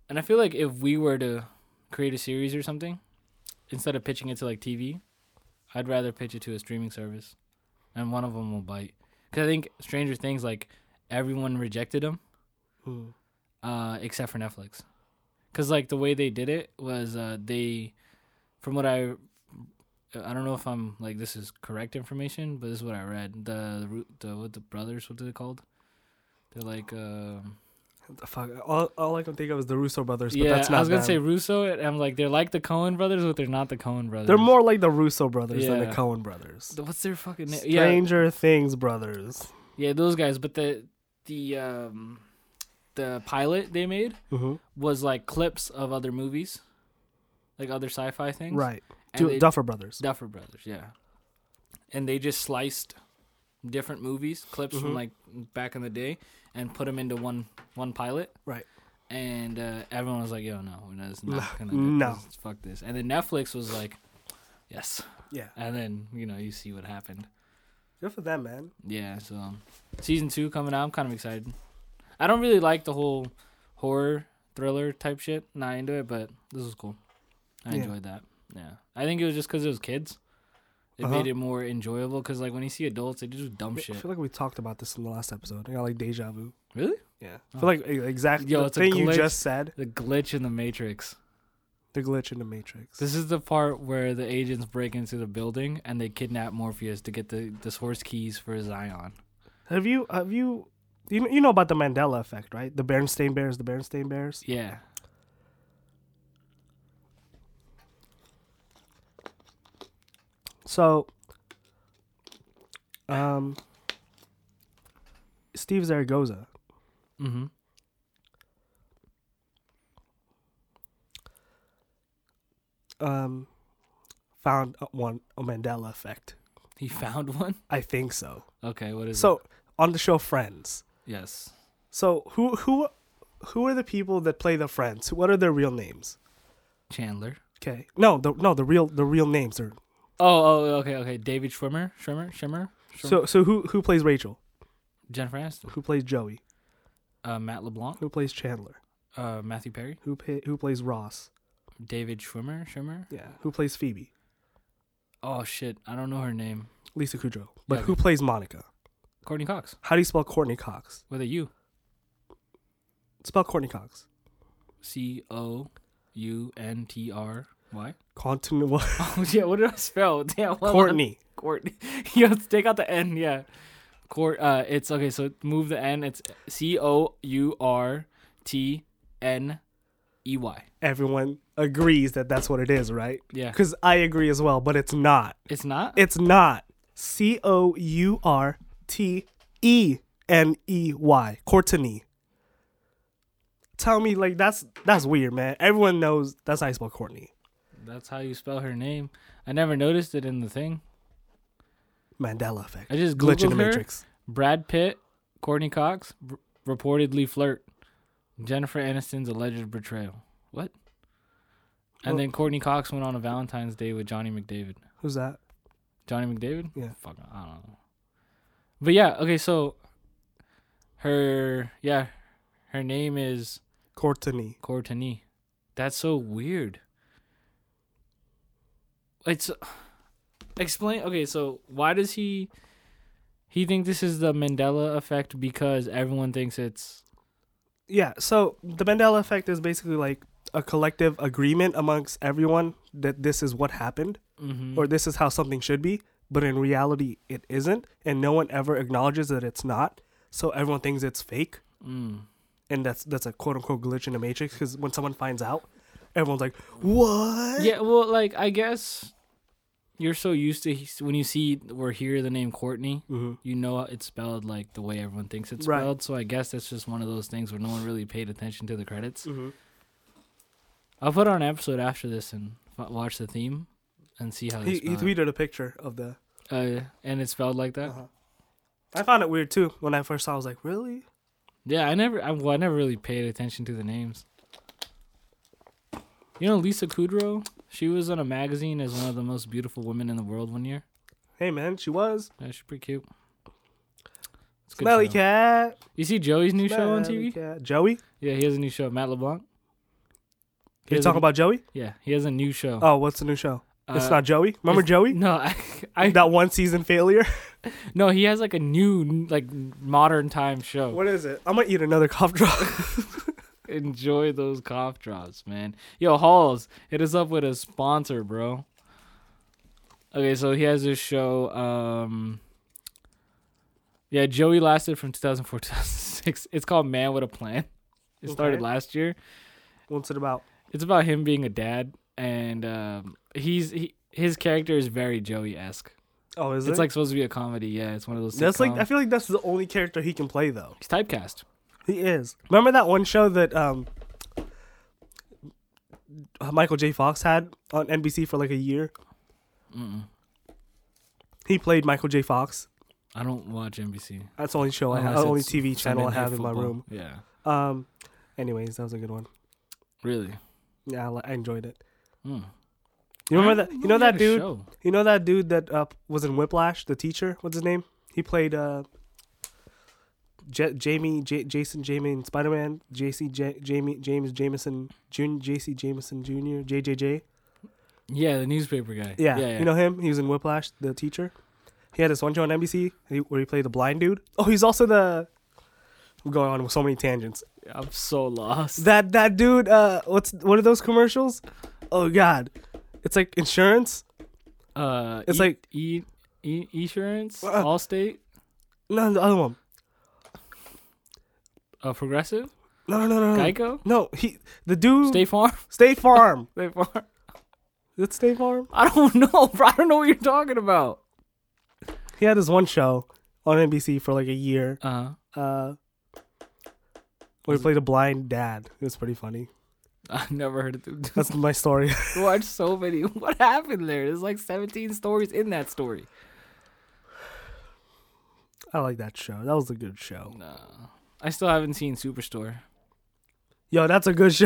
Speaker 1: and I feel like if we were to create a series or something, instead of pitching it to like TV, I'd rather pitch it to a streaming service. And one of them will bite. Cuz I think Stranger Things like everyone rejected them
Speaker 2: Mhm.
Speaker 1: uh, except for Netflix, because like the way they did it was uh, they, from what I, I don't know if I'm like this is correct information, but this is what I read. The the, ru- the what the brothers what are they called? They're like um
Speaker 2: The fuck. All, all I can think of is the Russo brothers, but
Speaker 1: yeah.
Speaker 2: that's not
Speaker 1: I was gonna
Speaker 2: them.
Speaker 1: say Russo, and I'm like they're like the Cohen brothers, but they're not the Cohen brothers.
Speaker 2: They're more like the Russo brothers than
Speaker 1: Yeah.
Speaker 2: the Cohen brothers.
Speaker 1: The- What's their fucking name? Yeah,
Speaker 2: Stranger Things brothers.
Speaker 1: yeah, those guys. But the the um the pilot they made
Speaker 2: hmm
Speaker 1: was like clips of other movies, like other sci-fi things,
Speaker 2: Right.
Speaker 1: And
Speaker 2: Du-
Speaker 1: they-
Speaker 2: Duffer brothers.
Speaker 1: Duffer Brothers, yeah. And they just sliced different movies, clips from
Speaker 2: Mhm.
Speaker 1: like back in the day, and put them into one one pilot.
Speaker 2: Right.
Speaker 1: And uh, everyone was like, "Yo, no, we're not, it's
Speaker 2: No,
Speaker 1: not gonna do
Speaker 2: no.
Speaker 1: this. fuck this." And then Netflix was like, "Yes."
Speaker 2: yeah.
Speaker 1: And then you know you see what happened.
Speaker 2: Good for them, man.
Speaker 1: Yeah. So season two coming out. I'm kind of excited. I don't really like the whole horror thriller type shit. Not into it, but this was cool. I
Speaker 2: Yeah.
Speaker 1: enjoyed that. Yeah. I think it was just because it was kids. It
Speaker 2: Uh-huh.
Speaker 1: made it more enjoyable because like when you see adults, they do dumb
Speaker 2: I
Speaker 1: shit.
Speaker 2: feel like we talked about this in the last episode. I got like deja vu.
Speaker 1: Really?
Speaker 2: Yeah. I
Speaker 1: Oh.
Speaker 2: feel like e- exactly
Speaker 1: Yo,
Speaker 2: the
Speaker 1: it's a
Speaker 2: thing you
Speaker 1: glitch.
Speaker 2: just said.
Speaker 1: The glitch in the Matrix.
Speaker 2: The glitch in the Matrix.
Speaker 1: This is the part where the agents break into the building and they kidnap Morpheus to get the this horse keys for Zion.
Speaker 2: have you have you you know, you know about the Mandela effect, right? The Bernstein Bears, the Bernstein Bears.
Speaker 1: Yeah.
Speaker 2: So um Steve Zaragoza,
Speaker 1: Mm-hmm.
Speaker 2: um found a- one a Mandela effect.
Speaker 1: He found one.
Speaker 2: I think so.
Speaker 1: Okay. What is it?
Speaker 2: So on the show Friends.
Speaker 1: Yes.
Speaker 2: So who who who are the people that play the Friends? What are their real names?
Speaker 1: Chandler.
Speaker 2: Okay. No, the no the real the real names are
Speaker 1: Oh, oh, okay, okay. David Schwimmer, Schwimmer, Schimmer, Schwimmer.
Speaker 2: so so who who plays Rachel?
Speaker 1: Jennifer Aniston,
Speaker 2: Who plays Joey?
Speaker 1: uh, Matt LeBlanc,
Speaker 2: Who plays Chandler?
Speaker 1: uh, Matthew Perry,
Speaker 2: Who pa- who plays Ross?
Speaker 1: David Schwimmer, Schwimmer.
Speaker 2: Yeah. Who plays Phoebe?
Speaker 1: Oh shit, I don't know her name.
Speaker 2: Lisa Kudrow. But
Speaker 1: Yeah.
Speaker 2: who plays Monica?
Speaker 1: Courtney Cox
Speaker 2: How do you spell Courtney Cox?
Speaker 1: with a U.
Speaker 2: Spell Courtney Cox.
Speaker 1: C O U N T R Y.
Speaker 2: Continu-
Speaker 1: Oh yeah, what did I spell? Damn, what
Speaker 2: Courtney.
Speaker 1: Courtney. yeah, take out the N. Yeah, court. Uh, it's okay. So move the N. It's C O U R T N E Y.
Speaker 2: Everyone agrees that that's what it is, right?
Speaker 1: Yeah,
Speaker 2: Because I agree as well, but it's not.
Speaker 1: it's not.
Speaker 2: It's not. C O U R T E N E Y. Courtney. Tell me, like that's that's weird, man. Everyone knows that's how you spell Courtney.
Speaker 1: That's how you spell her name. I never noticed it in the thing.
Speaker 2: Mandela effect.
Speaker 1: I just
Speaker 2: glitch in the
Speaker 1: Googled her.
Speaker 2: matrix.
Speaker 1: Brad Pitt, Courtney Cox r- reportedly flirt. Jennifer Aniston's alleged betrayal. What? And
Speaker 2: Well-
Speaker 1: then Courtney Cox went on a Valentine's Day with Johnny McDavid.
Speaker 2: Who's that?
Speaker 1: Johnny McDavid?
Speaker 2: Yeah.
Speaker 1: Fuck, I don't know. But yeah, okay, so her, yeah, her name is
Speaker 2: Courtney.
Speaker 1: Courtney. That's so weird. It's explain okay, so why does he he think this is the Mandela effect because everyone thinks it's
Speaker 2: Yeah. So the Mandela effect is basically like a collective agreement amongst everyone that this is what happened
Speaker 1: mhm.
Speaker 2: or this is how something should be, but in reality it isn't, and no one ever acknowledges that it's not. So everyone thinks it's fake.
Speaker 1: mm.
Speaker 2: and that's that's a quote unquote glitch in the matrix because when someone finds out, everyone's like, "What?"
Speaker 1: Yeah, well like I guess you're so used to he- when you see or hear the name Courtney,
Speaker 2: Mhm.
Speaker 1: you know it's spelled like the way everyone thinks it's
Speaker 2: Right.
Speaker 1: spelled. So I guess that's just one of those things where no one really paid attention to the credits.
Speaker 2: Mhm.
Speaker 1: I'll put on an episode after this and f- watch the theme and see how they
Speaker 2: He,
Speaker 1: spell
Speaker 2: he
Speaker 1: it.
Speaker 2: tweeted a picture of the.
Speaker 1: Uh, and it's spelled like that.
Speaker 2: Uh-huh. I found it weird too when I first saw. it, I was like, "Really?"
Speaker 1: Yeah, I never, I, well, I never really paid attention to the names. You know Lisa Kudrow? She was on a magazine as one of the most beautiful women in the world one year.
Speaker 2: Hey man, she was
Speaker 1: Yeah, she's pretty cute. It's good
Speaker 2: Smelly
Speaker 1: show.
Speaker 2: Cat.
Speaker 1: You see Joey's new show on
Speaker 2: Smelly
Speaker 1: TV?
Speaker 2: Cat. Joey?
Speaker 1: Yeah, he has a new show. Matt LeBlanc. He
Speaker 2: You
Speaker 1: has a
Speaker 2: talking
Speaker 1: new-
Speaker 2: about Joey?
Speaker 1: Yeah, he has a new show.
Speaker 2: Oh, what's the new show? it's
Speaker 1: Uh,
Speaker 2: not Joey. Remember
Speaker 1: it's-
Speaker 2: Joey?
Speaker 1: No, I, I Oh.
Speaker 2: that one season failure.
Speaker 1: no. He has like a new like modern time show.
Speaker 2: what is it? I'm gonna eat another cough drop.
Speaker 1: Enjoy those cough drops, man. Yo, Halls, hit us up with a sponsor, bro. Okay, so he has this show. Um, yeah, Joey lasted from 2004 to 2006. It's called Man with a Plan. It started
Speaker 2: Okay.
Speaker 1: last year.
Speaker 2: What's it about?
Speaker 1: It's about him being a dad, and um, he's he, his character is very Joey esque.
Speaker 2: Oh, is
Speaker 1: It's
Speaker 2: it?
Speaker 1: like supposed to be a comedy. Yeah, it's one of those.
Speaker 2: that's like
Speaker 1: sitcom-
Speaker 2: I feel like that's the only character he can play though.
Speaker 1: he's typecast.
Speaker 2: He is. Remember that one show that um Michael J. Fox had on NBC for like a year.
Speaker 1: Mm-mm.
Speaker 2: He played Michael J. Fox.
Speaker 1: I don't watch NBC.
Speaker 2: That's the only show I have.
Speaker 1: Unless
Speaker 2: Only
Speaker 1: it's
Speaker 2: TV channel
Speaker 1: Oh, Sunday
Speaker 2: I
Speaker 1: Night
Speaker 2: have in my
Speaker 1: Football.
Speaker 2: room.
Speaker 1: Yeah,
Speaker 2: Um. Anyways, that was a good one.
Speaker 1: really.
Speaker 2: Yeah, I, li- I enjoyed it.
Speaker 1: Mm.
Speaker 2: You remember
Speaker 1: I
Speaker 2: that?
Speaker 1: don't
Speaker 2: You know
Speaker 1: he had
Speaker 2: that
Speaker 1: a
Speaker 2: dude?
Speaker 1: show.
Speaker 2: You know that dude that uh, was in Whiplash, the teacher. What's his name? He played uh, J- Jamie, J- Jason, Jamie, and Spider Man. JC, J- Jamie, James, Jameson, Jun- JC, Jameson Jr., JJJ.
Speaker 1: Yeah, the newspaper guy.
Speaker 2: Yeah.
Speaker 1: yeah.
Speaker 2: you know him. He was in Whiplash, the teacher. He had this one show on NBC he- where he played the blind dude. Oh, he's also the. I'm going on with so many tangents.
Speaker 1: I'm so lost.
Speaker 2: That that dude. Uh, what's what are those commercials? Oh God, it's like insurance.
Speaker 1: Uh,
Speaker 2: It's
Speaker 1: e-
Speaker 2: like-
Speaker 1: e, e insurance,
Speaker 2: Uh.
Speaker 1: Allstate,
Speaker 2: No, the other one.
Speaker 1: uh, Progressive,
Speaker 2: No, no, no, no, no.
Speaker 1: Geico,
Speaker 2: No, he the dude.
Speaker 1: State Farm.
Speaker 2: State Farm.
Speaker 1: State Farm.
Speaker 2: Is it State Farm?
Speaker 1: I don't know, bro. I don't know what you're talking about.
Speaker 2: He had his one show on NBC for like a year.
Speaker 1: Uh,
Speaker 2: Uh, where
Speaker 1: Was
Speaker 2: he played a blind dad. It was pretty funny.
Speaker 1: I never heard of the
Speaker 2: That's my story.
Speaker 1: watched so many. What happened there? There's like 17 stories in that story.
Speaker 2: I like that show. That was a good show.
Speaker 1: No. I still haven't seen Superstore.
Speaker 2: Yo, that's a good show.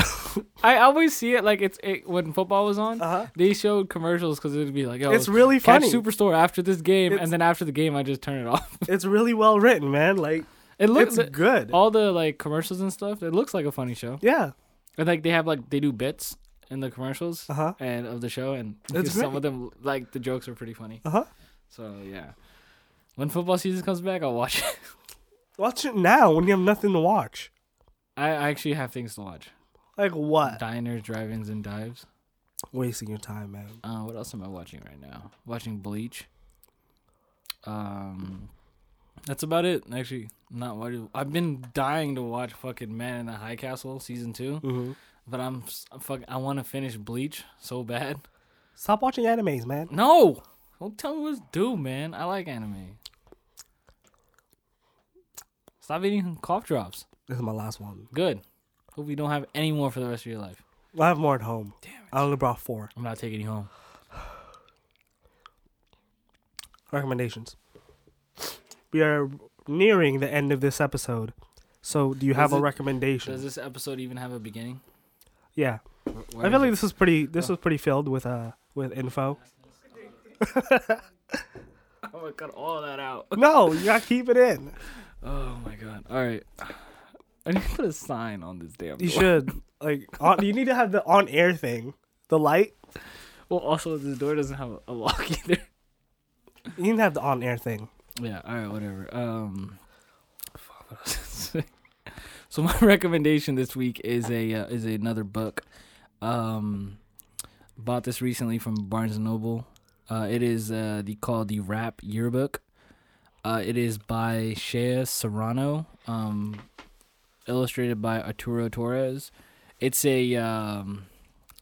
Speaker 1: I always see it like it's it, when football was on.
Speaker 2: Uh-huh.
Speaker 1: They showed commercials because it'd be like, "Yo,
Speaker 2: It's really
Speaker 1: catch
Speaker 2: funny.
Speaker 1: Superstore after this game,
Speaker 2: It's-
Speaker 1: and then after the game, I just turn it off.
Speaker 2: It's really well written, man. Like
Speaker 1: It looks
Speaker 2: it's good.
Speaker 1: all the like commercials and stuff. It looks like a funny show,
Speaker 2: yeah.
Speaker 1: and like they have like they do bits in the commercials
Speaker 2: Uh huh.
Speaker 1: and of the show, and
Speaker 2: It's
Speaker 1: some
Speaker 2: great.
Speaker 1: of them like the jokes are pretty funny.
Speaker 2: Uh huh.
Speaker 1: So yeah, when football season comes back, I'll watch it.
Speaker 2: Watch it now when you have nothing to watch.
Speaker 1: I, I actually have things to watch:
Speaker 2: Like what?
Speaker 1: diners, drive-ins, and dives.
Speaker 2: Wasting your time, man.
Speaker 1: Uh, what else am I watching right now? Watching Bleach. Um, that's about it. Actually, not what I've been dying to watch. Fucking Man in the High Castle season two,
Speaker 2: Mm-hmm.
Speaker 1: but I'm, s- I'm fuck. I want to finish Bleach so bad.
Speaker 2: Stop watching animes, man.
Speaker 1: No, don't tell me what's due, man. I like anime. Stop eating cough drops.
Speaker 2: This is my last one.
Speaker 1: Good. Hope you don't have any more for the rest of your life.
Speaker 2: I have more at home.
Speaker 1: Damn it.
Speaker 2: I only brought four
Speaker 1: I'm not taking you home.
Speaker 2: recommendations. We are nearing the end of this episode, so do you have
Speaker 1: Does
Speaker 2: a
Speaker 1: it-
Speaker 2: recommendation?
Speaker 1: Does this episode even have a beginning?
Speaker 2: yeah,
Speaker 1: Wh- where
Speaker 2: I
Speaker 1: is
Speaker 2: feel like
Speaker 1: it?
Speaker 2: this was pretty. This
Speaker 1: Oh.
Speaker 2: was pretty filled with uh with info.
Speaker 1: I'm gonna cut all that out.
Speaker 2: No, you gotta keep it in.
Speaker 1: Oh my god. All right. I need to put a sign on this damn
Speaker 2: You
Speaker 1: door.
Speaker 2: should like on, you need to have the on air thing, the light.
Speaker 1: Well, also, this door doesn't have a lock either.
Speaker 2: You need to have the on air thing.
Speaker 1: Yeah, all right, whatever. Um, fuck, what else did I say? so my recommendation this week is a uh, is another book. Um, bought this recently from Barnes and Noble. Uh, it is uh, the called the Rap Yearbook. Uh, it is by Shea Serrano, um, illustrated by Arturo Torres. It's a um,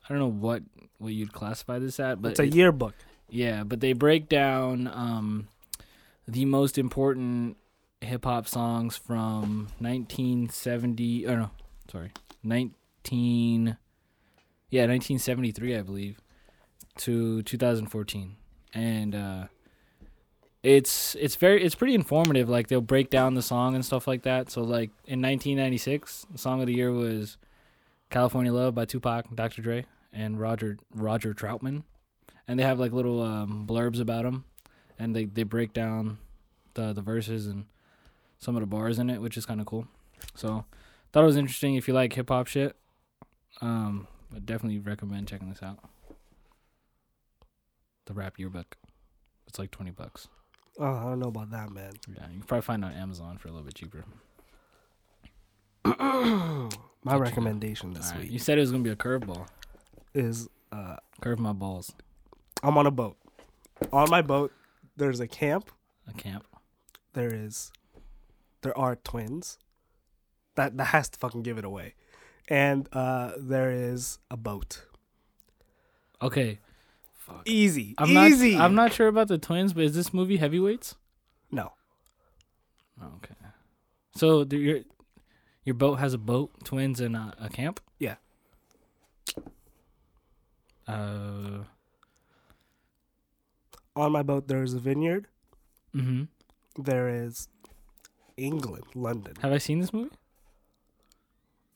Speaker 1: I don't know what what you'd classify this at, but
Speaker 2: It's a
Speaker 1: it-
Speaker 2: yearbook.
Speaker 1: yeah, but they break down um, the most important hip hop songs from 1970 or no, sorry, 19 yeah, 1973 I believe to 2014. And uh it's it's very it's pretty informative like they'll break down the song and stuff like that. So like in 1996, the song of the year was California Love by Tupac, and Dr. Dre, and Roger Roger Troutman, and they have like little um, blurbs about them, and they they break down the the verses and some of the bars in it, which is kind of cool. So thought it was interesting. If you like hip hop shit, um, I definitely recommend checking this out. The rap yearbook. It's like twenty bucks.
Speaker 2: Oh, I don't know about that, man.
Speaker 1: Yeah, you can probably find it on Amazon for a little bit cheaper.
Speaker 2: My recommendation this
Speaker 1: All right.
Speaker 2: week
Speaker 1: You said it was gonna be a curveball.
Speaker 2: is uh,
Speaker 1: Curve my balls.
Speaker 2: I'm on a boat. On my boat, there's a camp.
Speaker 1: A camp.
Speaker 2: There is, there are twins. That that has to fucking give it away. And uh, there is a boat.
Speaker 1: Okay.
Speaker 2: Easy,
Speaker 1: I'm
Speaker 2: easy.
Speaker 1: not. I'm not sure about the twins, but is this movie heavyweights?
Speaker 2: No,
Speaker 1: Oh, okay. So the, your your boat has a boat, twins, and a, a camp.
Speaker 2: Yeah.
Speaker 1: Uh.
Speaker 2: on my boat there is a vineyard.
Speaker 1: Hmm.
Speaker 2: There is England, London.
Speaker 1: Have I seen this movie?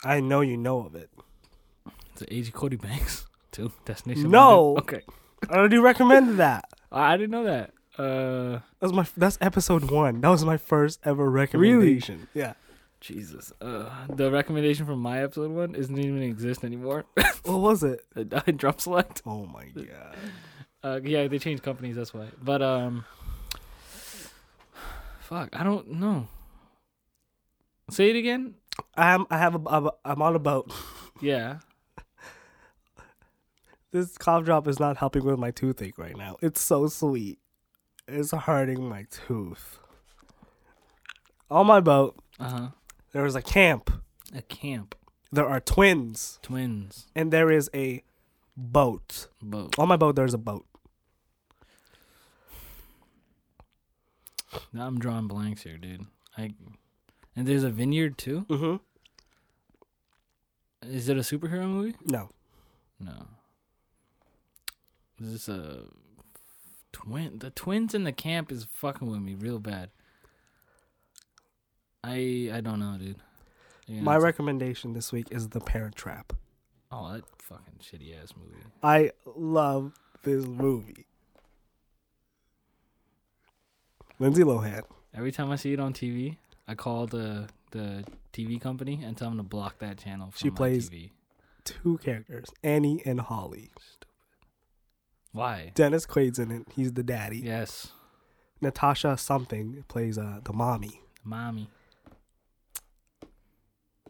Speaker 2: I know you know of it.
Speaker 1: It's A.G. Cody Banks too. Destination.
Speaker 2: No.
Speaker 1: London. Okay.
Speaker 2: I already recommended that.
Speaker 1: I I didn't know that. Uh.
Speaker 2: That was my that's episode one. That was my first ever recommendation. Yeah.
Speaker 1: Jesus. Uh. The recommendation from my episode one isn't even exist anymore.
Speaker 2: What was it?
Speaker 1: I drop select.
Speaker 2: Oh my god.
Speaker 1: Uh, yeah, they changed companies. That's why. But um, fuck, I don't know. Say it again.
Speaker 2: I'm I have a, I'm, I'm on a boat.
Speaker 1: Yeah.
Speaker 2: This cough drop is not helping with my toothache right now. It's so sweet. It's hurting my tooth. On my boat,
Speaker 1: Uh huh.
Speaker 2: there is a camp.
Speaker 1: A camp.
Speaker 2: There are twins,
Speaker 1: Twins.
Speaker 2: and there is a boat.
Speaker 1: Boat.
Speaker 2: On my boat, there's a boat.
Speaker 1: Now I'm drawing blanks here, dude. I. And there's a vineyard too.
Speaker 2: Mm-hmm.
Speaker 1: Is it a superhero movie?
Speaker 2: No,
Speaker 1: No. Is this a twin? The twins in the camp is fucking with me real bad. I I don't know, dude. You're gonna
Speaker 2: my
Speaker 1: have to-
Speaker 2: recommendation this week is The Parent Trap.
Speaker 1: Oh, that fucking shitty ass movie.
Speaker 2: I love this movie. Lindsay Lohan.
Speaker 1: Every time I see it on TV, I call the the TV company and tell them to block that channel. From
Speaker 2: She
Speaker 1: my
Speaker 2: plays-
Speaker 1: TV.
Speaker 2: Two characters, Annie and Holly.
Speaker 1: Why?
Speaker 2: Dennis Quaid's in it. He's the daddy.
Speaker 1: Yes,
Speaker 2: Natasha something plays uh, the mommy.
Speaker 1: mommy.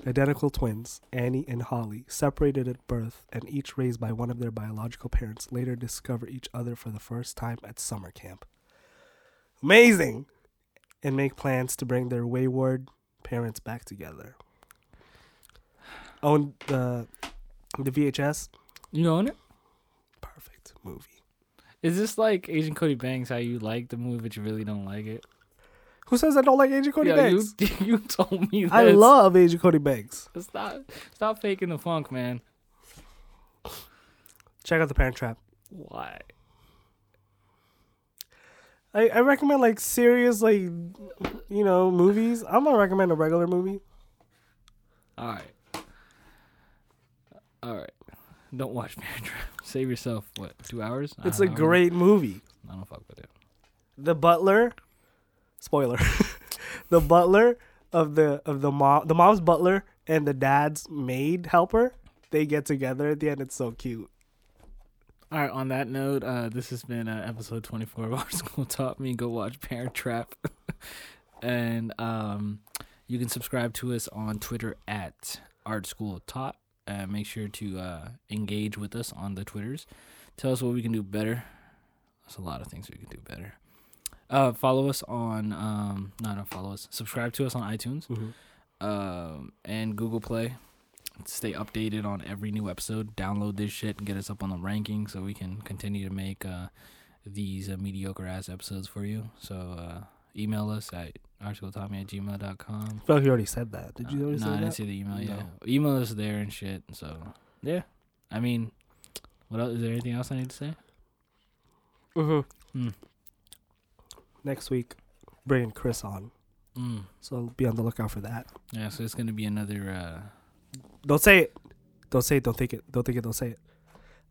Speaker 2: Identical twins, Annie and Holly, separated at birth and each raised by one of their biological parents, later discover each other for the first time at summer camp. Amazing! And make plans to bring their wayward parents back together. Own the the VHS,
Speaker 1: You own it?
Speaker 2: perfect movie.
Speaker 1: Is this like Asian Cody Banks? How you like the movie, but you really don't like it?
Speaker 2: Who says I don't like Agent Cody
Speaker 1: Yeah,
Speaker 2: Banks?
Speaker 1: you you told me. This.
Speaker 2: I love Agent Cody Banks.
Speaker 1: Stop stop faking the funk, man.
Speaker 2: Check out the Parent Trap.
Speaker 1: Why?
Speaker 2: I, I recommend like serious like you know movies. I'm gonna recommend a regular movie.
Speaker 1: All right. All right. Don't watch Parent Trap. Save yourself what two hours? I
Speaker 2: It's a
Speaker 1: don't know.
Speaker 2: great movie.
Speaker 1: I don't fuck with it.
Speaker 2: The butler, spoiler, the butler of the of the mom the mom's butler and the dad's maid helper. They get together at the end. It's so cute.
Speaker 1: All right. On that note, uh, this has been uh, episode twenty-four of Our School Taught Me. Go watch Parent Trap, and um, you can subscribe to us on Twitter at Art School Taught. Uh, make sure to uh, engage with us on the Twitters. Tell us what we can do better. There's a lot of things we can do better. Uh, follow us on um, no, don't follow us. Subscribe to us on iTunes
Speaker 2: Mm-hmm.
Speaker 1: um, and Google Play. Stay updated on every new episode. Download this shit and get us up on the ranking so we can continue to make uh, these uh, mediocre ass episodes for you. So uh, email us at articletommy at gmail.com.
Speaker 2: I feel like you already said that. Did you
Speaker 1: uh,
Speaker 2: already
Speaker 1: no,
Speaker 2: say
Speaker 1: I
Speaker 2: that?
Speaker 1: didn't see the email yet.
Speaker 2: No.
Speaker 1: Email us there and shit. So, yeah. I mean, what else? Is there anything else I need to say?
Speaker 2: mm-hmm.
Speaker 1: Mm.
Speaker 2: Next week, bringing Chris on,
Speaker 1: Mm.
Speaker 2: so be on the lookout for that.
Speaker 1: Yeah, so it's going to be another. Uh,
Speaker 2: Don't say it. Don't say it. Don't think it. Don't think it. Don't say it.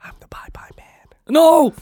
Speaker 2: I'm the bye bye man.
Speaker 1: No,